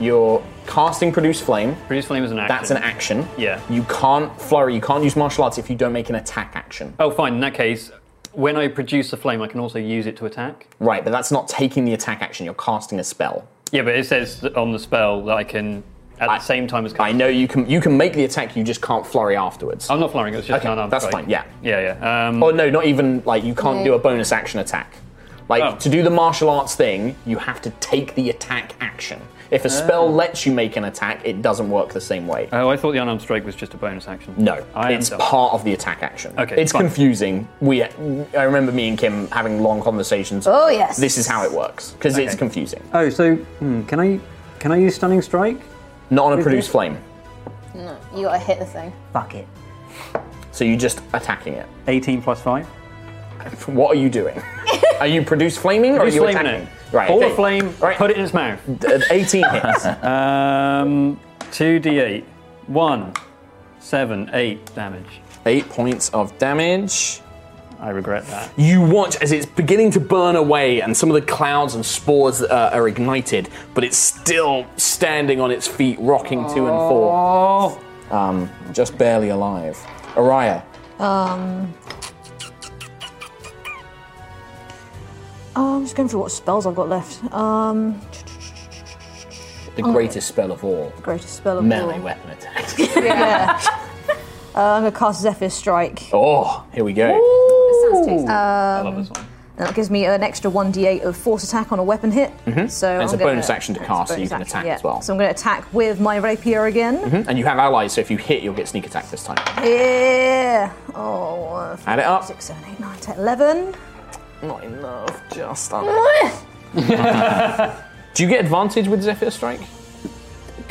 B: You're casting Produce Flame.
A: Produce Flame is an action.
B: That's an action.
A: Yeah.
B: You can't flurry, you can't use martial arts if you don't make an attack action.
A: Oh, fine. In that case, when I produce the flame, I can also use it to attack.
B: Right, but that's not taking the attack action, you're casting a spell.
A: Yeah, but it says that on the spell that I can, at the same time as.
B: I know you can you can make the attack, you just can't flurry afterwards.
A: I'm not flurrying. It's just
B: okay,
A: an unarmed
B: That's
A: strike.
B: fine, yeah.
A: Yeah, yeah. Um,
B: oh, no, not even, like, you can't
A: Yeah.
B: do a bonus action attack. Like,
A: Oh.
B: to do the martial arts thing, you have to take the attack action. If a spell
A: Ah.
B: lets you make an attack, it doesn't work the same way.
A: Oh, I thought the unarmed strike was just a bonus action.
B: No,
A: I am
B: it's
A: dumb.
B: part of the attack action.
A: Okay,
B: it's
A: fine.
B: confusing. We, I remember me and Kim having long conversations.
L: Oh, yes.
B: this is how it works because it's
A: Okay.
B: confusing.
F: Oh, so hmm, can I can I use stunning strike?
B: Not on
L: Mm-hmm.
B: a
F: With
B: produce
F: it?
B: flame,
E: No, you gotta hit the
B: *laughs*
E: thing.
F: Fuck it.
B: so you're just attacking it.
A: 18 plus five.
B: What are you
L: *laughs*
B: doing? are you produce flaming
A: Produce
B: or are you
A: flaming
B: attacking?
A: it.
B: Right,
A: Ball
B: okay.
A: of flame. Put it in its mouth.
B: D- Eighteen hits.
A: um, two d8. One, seven, *laughs* eight damage.
B: Eight points of damage.
A: I regret that.
B: You watch as it's beginning to burn away, and some of the clouds and spores uh, are ignited, but it's still standing on its feet, rocking to and fro. Um, just barely alive. Araya.
C: Um. oh, I'm just going through what spells I've got left. Um,
B: The
C: Oh.
B: greatest spell of all.
C: greatest spell of
B: melee
C: all.
B: weapon attack. *laughs*
C: yeah. *laughs* uh, I'm gonna cast Zephyr Strike.
B: Oh, here we go. Hmm?
C: Um, I
B: love this one.
C: That gives me an extra 1d8 of force attack on a weapon hit.
B: Mhm.
C: So
B: And it's
C: I'm
B: a bonus
C: gonna-
B: action to
C: it's a
B: cast, so you
C: bonus
B: can
C: action,
B: attack
C: yeah.
B: as well.
C: So I'm going to attack with my rapier again.
B: Mhm. And you have allies, so if you hit, you'll get sneak attack this time.
C: Yeah. Oh. uh,
B: Add it up.
C: Six, seven, eight, nine, ten, eleven.
B: Not enough. Just Do you get advantage with Zephyr Strike?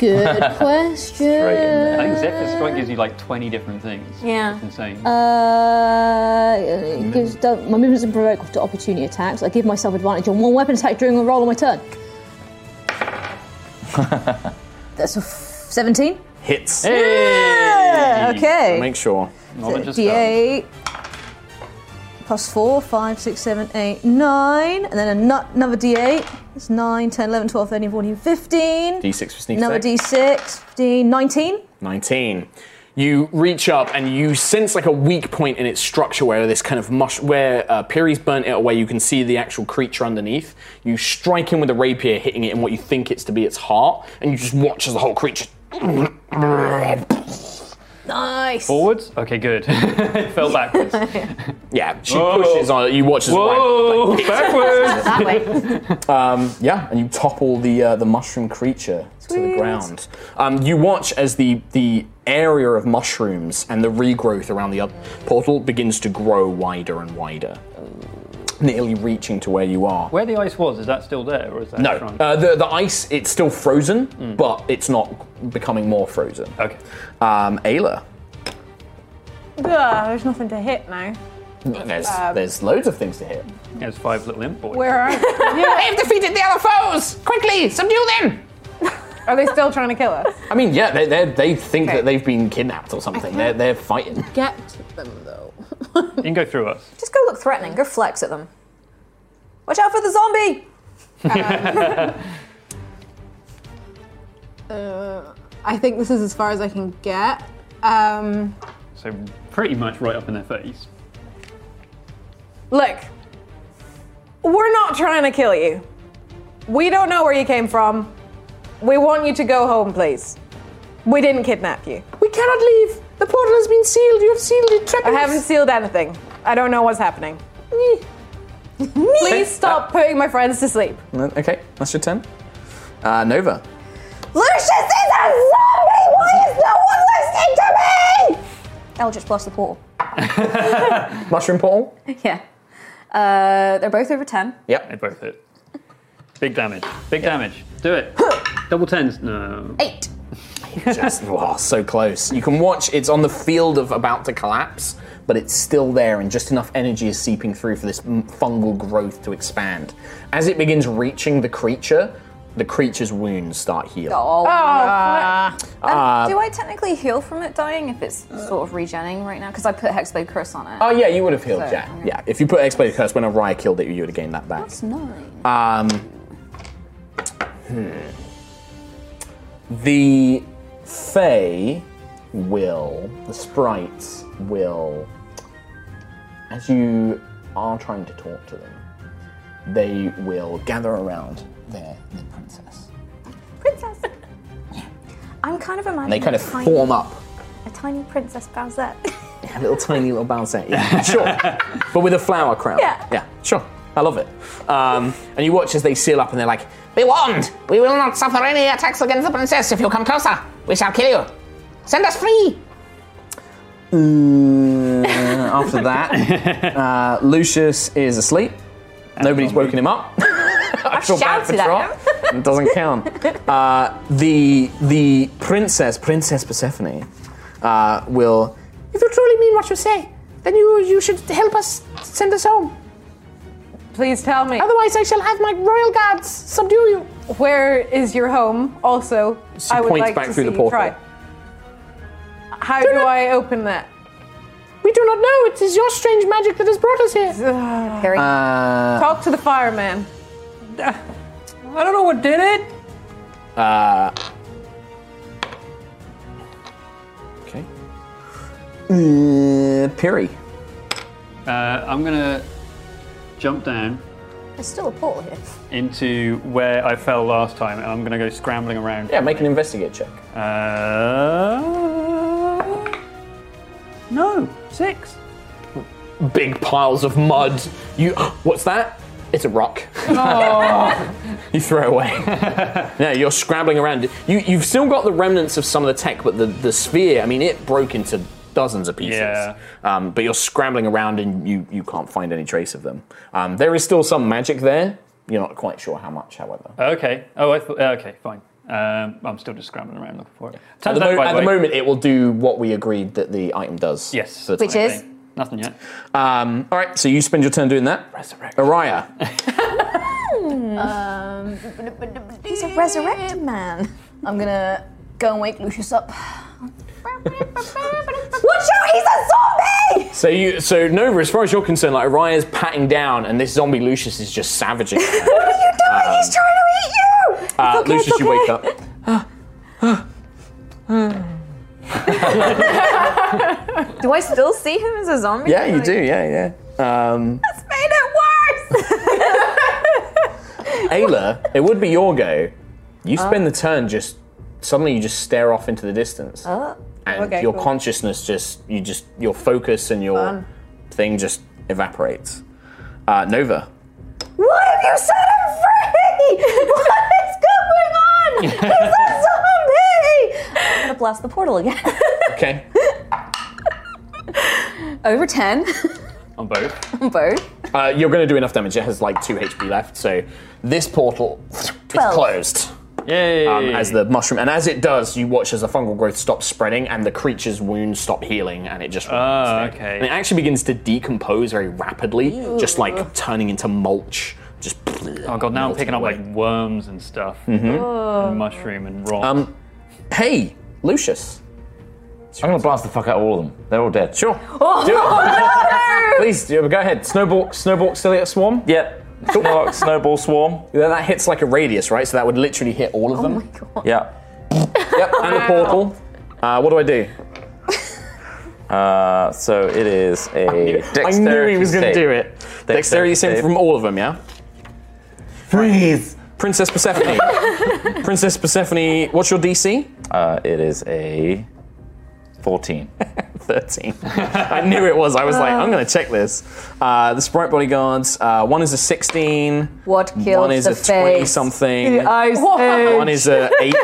B: *laughs*
E: Good question.
A: I think Zephyr Strike gives you like 20 different things.
E: Yeah.
A: It's insane.
L: Uh, it gives do- my movements and provoke to opportunity attacks. I give myself advantage on one weapon attack during a roll on my
B: *laughs*
L: turn.
C: That's a f- seventeen.
B: Hits.
C: Yeah, okay.
B: Make sure.
A: um,
C: D8 plus 4, 5, 6, 7, 8, 9. And then a nu- another D8. That's 9, 10, 11, 12, 13, 14, 15.
B: D6 for sneak
C: another
B: attack.
C: D6, 15, 19.
B: 19. You reach up and you sense like a weak point in its structure where this kind of mush, where uh, Piri's burnt it away. You can see the actual creature underneath. You strike him with a rapier, hitting it in what you think it's to be its heart, and you just watch as the whole creature. *clears throat*
C: Nice.
A: Forwards? Okay, good. *laughs* it fell *laughs* backwards.
B: Yeah, she pushes on it. You watch as
A: Whoa,
B: it like,
A: backwards! *laughs*
B: that way. Um, yeah, and you topple the uh, the mushroom creature to the
A: Sweet.
B: ground. Um, you watch as the the area of mushrooms and the regrowth around the other portal begins to grow wider and wider, nearly reaching to where you are.
A: Where the ice was, is that still there or is that
B: No,
A: shrunk?
B: uh, the the ice it's still frozen, but it's not becoming more frozen.
A: Okay,
B: um, Ayla,
D: Ugh, there's nothing to hit now.
B: there's
D: Um,
B: there's loads of things to hit.
A: There's five little imp boys.
D: Where are you?
B: They've defeated the other foes! Quickly, subdue them!
D: Are they still trying to kill us?
B: I mean, yeah, they they they think that they've been kidnapped or something. They're
A: *laughs*
B: they're fighting.
E: Get to them though.
A: You can go through us.
E: Just go look threatening. Go flex at them.
C: Watch out for the zombie!
D: Uh, I think this is as far as I can get. Um,
A: so pretty much right up in their face.
D: look, we're not trying to kill you. We don't know where you came from. We want you to go home, please. We didn't kidnap you.
K: We cannot leave. The portal has been sealed. You have sealed it.
D: I haven't sealed anything. I don't know what's happening. Please stop putting my friends to sleep.
B: Okay, that's your turn. Uh, Nova.
K: Lucius is a zombie! Why is no one listening to me?
E: Eldritch Blast the portal.
B: Mushroom portal?
E: *laughs* yeah. Uh, they're both over 10.
B: Yep.
A: They both hit. Big damage. Big damage. Do
B: *coughs*
A: it. Double tens. No.
E: Eight.
B: *laughs* Just oh, so close. You can watch. It's on the field of about to collapse, but it's still there, and just enough energy is seeping through for this m- fungal growth to expand. As it begins reaching the creature, the creature's wounds start healing.
E: Oh,
B: no. Uh,
E: Um, do I technically heal from it dying if it's sort of regenning right now? Because I put Hexblade Curse on it.
B: Oh yeah, you would have healed.
E: So,
B: yeah, yeah. If you put Exploit Curse when a Raya killed it, you would have gained that back.
E: That's nine.
B: Um, hmm. The Fae will, the sprites will, as you are trying to talk to them, they will gather around their, their princess.
E: Princess! I'm kind of imagining.
B: And they kind of
E: a tiny-
B: form up,
E: A tiny Princess Bowsette.
B: a little tiny little Bowsette. Yeah, sure. but with a flower crown.
E: Yeah.
B: Yeah, sure. I love it. Um, and you watch as they seal up and they're like, Be warned! We will not suffer any attacks against the princess if you come closer. We shall kill you. Send us free! Uh, *laughs* after that, uh, Lucius is asleep. Nobody's woken him *laughs* up. I feel bad for
E: shouted at
B: Trot. It doesn't count. Uh, the the princess, Princess Persephone, uh, will. If you truly mean what you say, then you you should help us send us home.
D: Please tell me.
B: Otherwise, I shall have my royal guards subdue you.
D: Where is your home? Also,
B: She
D: I would
B: points
D: like
B: back
D: to
B: through
D: see
B: the portal.
D: You try. How do I open that?
B: We do not know. It is your strange magic that has brought us *laughs* here.
E: Harry.
B: Uh,
D: Talk to the fireman.
K: I don't know what did it.
B: uh, okay. Uh, Piri.
A: Uh, I'm gonna jump down
E: There's still a portal here.
A: into where I fell last time, and I'm gonna go scrambling around.
B: Yeah, make an investigate check.
A: Uh, no, six.
B: Big piles of mud. You. *gasps* What's that? It's a rock. *laughs* you throw it away. *laughs* yeah, you're scrabbling around. You, you've still got the remnants of some of the tech, but the, the sphere, I mean, it broke into dozens of pieces.
A: Yeah.
B: Um, but you're scrambling around and you, you can't find any trace of them. Um, there is still some magic there. You're not quite sure how much, however.
A: Okay. Oh, I thought. Okay, fine. Um, I'm still just scrambling around looking for it.
B: At
A: Turns
B: the,
A: out,
B: mo-
A: by
B: at
A: the
B: the
A: way-
B: moment, it will do what we agreed that the item does. Yes.
E: Which is?
A: Nothing yet.
B: Um, all right, so you spend your turn doing that. Resurrect. Araya.
C: Um,
E: He's a resurrected man.
C: I'm gonna go and wake Lucius up.
E: Watch out, he's a zombie!
B: So you, so Nova, as far as you're concerned, like Raya's patting down, and this zombie Lucius is just savaging. *laughs* her.
E: What are you doing?
B: Um,
E: he's trying to eat you! It's
B: uh,
E: okay,
B: Lucius,
E: it's
B: you wake up.
E: okay. do I still see him as a zombie?
B: *laughs* Yeah, you do. Yeah, yeah. Um,
E: It's made
D: *laughs*
E: it worse!
B: Ayla, it would be your go. You
E: Uh.
B: spend the turn just suddenly you just stare off into the distance,
E: Oh,
B: and
E: okay,
B: your
E: cool.
B: consciousness just you just your focus and your
E: Fun.
B: thing just evaporates. Uh, Nova.
E: What have you set
C: *laughs*
E: him free? What is going on? He's
B: *laughs*
E: a zombie! I'm gonna blast the portal again. *laughs*
B: Okay.
E: Over 10
A: On both.
E: on *laughs* both.
B: Uh, you're going to do enough damage. It has like two HP left, so this portal
E: Twelve.
B: is closed.
A: Yay!
B: Um, as the mushroom, and as it does, you watch as the fungal growth stops spreading and the creature's wounds stop healing, and it just.
A: Ah,
B: remains there.
A: okay.
B: And it actually begins to decompose very rapidly, just like turning into mulch. Just.
A: Oh god, now I'm picking up like worms and stuff, and mushroom and rock.
B: Mm-hmm. Um, hey, Lucius.
H: I'm gonna blast the fuck out of all of them. They're all dead.
B: Sure.
E: Oh,
B: Do it.
E: no!
B: Please do go ahead. Snowball, snowball, still at swarm.
H: Yep. Snowball, snowball swarm.
B: Yeah, that hits like a radius, right? So that would literally hit all
E: Oh
B: of them.
H: Yeah.
B: Yep, and the
E: *laughs*
B: portal. Uh, what do I do?
H: Uh, so it is a
B: I
H: dexterity
B: knew he was going to
H: save.
B: do it. Dexterity save from all of them, yeah? Freeze! Princess Persephone. Princess Persephone, what's your DC?
H: Uh, it is a *laughs* 14.
B: 13. I knew it was. I was like, I'm going to check this. Uh, the Sprite Bodyguards, uh, one is a 16.
E: What kills
B: One is
E: the
B: a 20
E: face?
B: something.
E: The ice
B: One
E: age.
B: is a 8.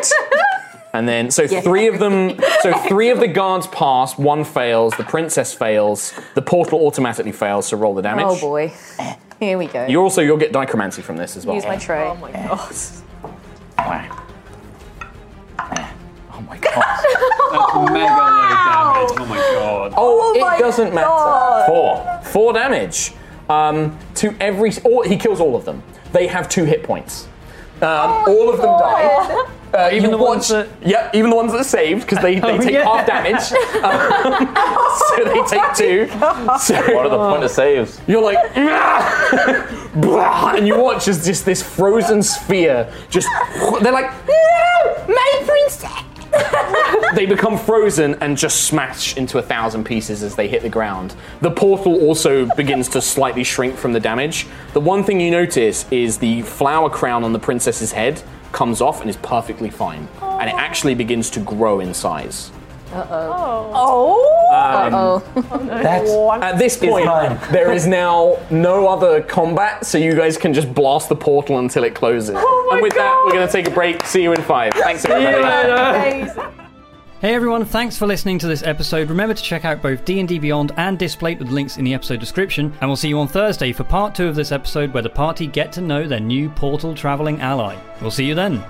B: And then, so
M: Yes.
B: three of them, so three of the guards pass, one fails, the princess fails, the portal automatically fails, so roll the damage.
D: Oh boy. Here we go.
B: You also, you'll get dichromancy from this as well.
D: Use my tray. Oh
M: my god.
F: Oh my god.
B: Oh, it
F: my
B: doesn't
F: God.
B: matter. Four. Four damage um, to every. Or he kills all of them. They have two hit points. Um,
F: Oh
B: all of them die.
D: Oh.
B: Uh, even the ones that. Yep, even the ones that are saved, because *laughs* they, they
H: Oh,
B: take
H: yeah.
F: *laughs*
B: half damage. Um, *laughs* so they
F: Oh
B: take two. So,
H: What are the point of saves?
B: You're like. *laughs* Blah, and you watch as just this frozen sphere just. They're like. No! My princess!
E: *laughs*
B: they become frozen and just smash into a thousand pieces as they hit the ground. The portal also begins to slightly shrink from the damage. The one thing you notice is the flower crown on the princess's head comes off and is perfectly fine. And it actually begins to grow in size.
D: Uh oh.
N: Oh.
B: Um,
D: oh.
B: That's- at this point, there is now no other combat, so you guys can just blast the portal until it closes. and with that, we're going to take a break. See you in five. Thanks,
A: Oh See you
B: everybody.
A: later. Hey everyone, thanks for listening to this episode. Remember to check out both D&D Beyond and Displate with links in the episode description, and we'll see you on Thursday for part 2 of this episode where the party get to know their new portal traveling ally. We'll see you then.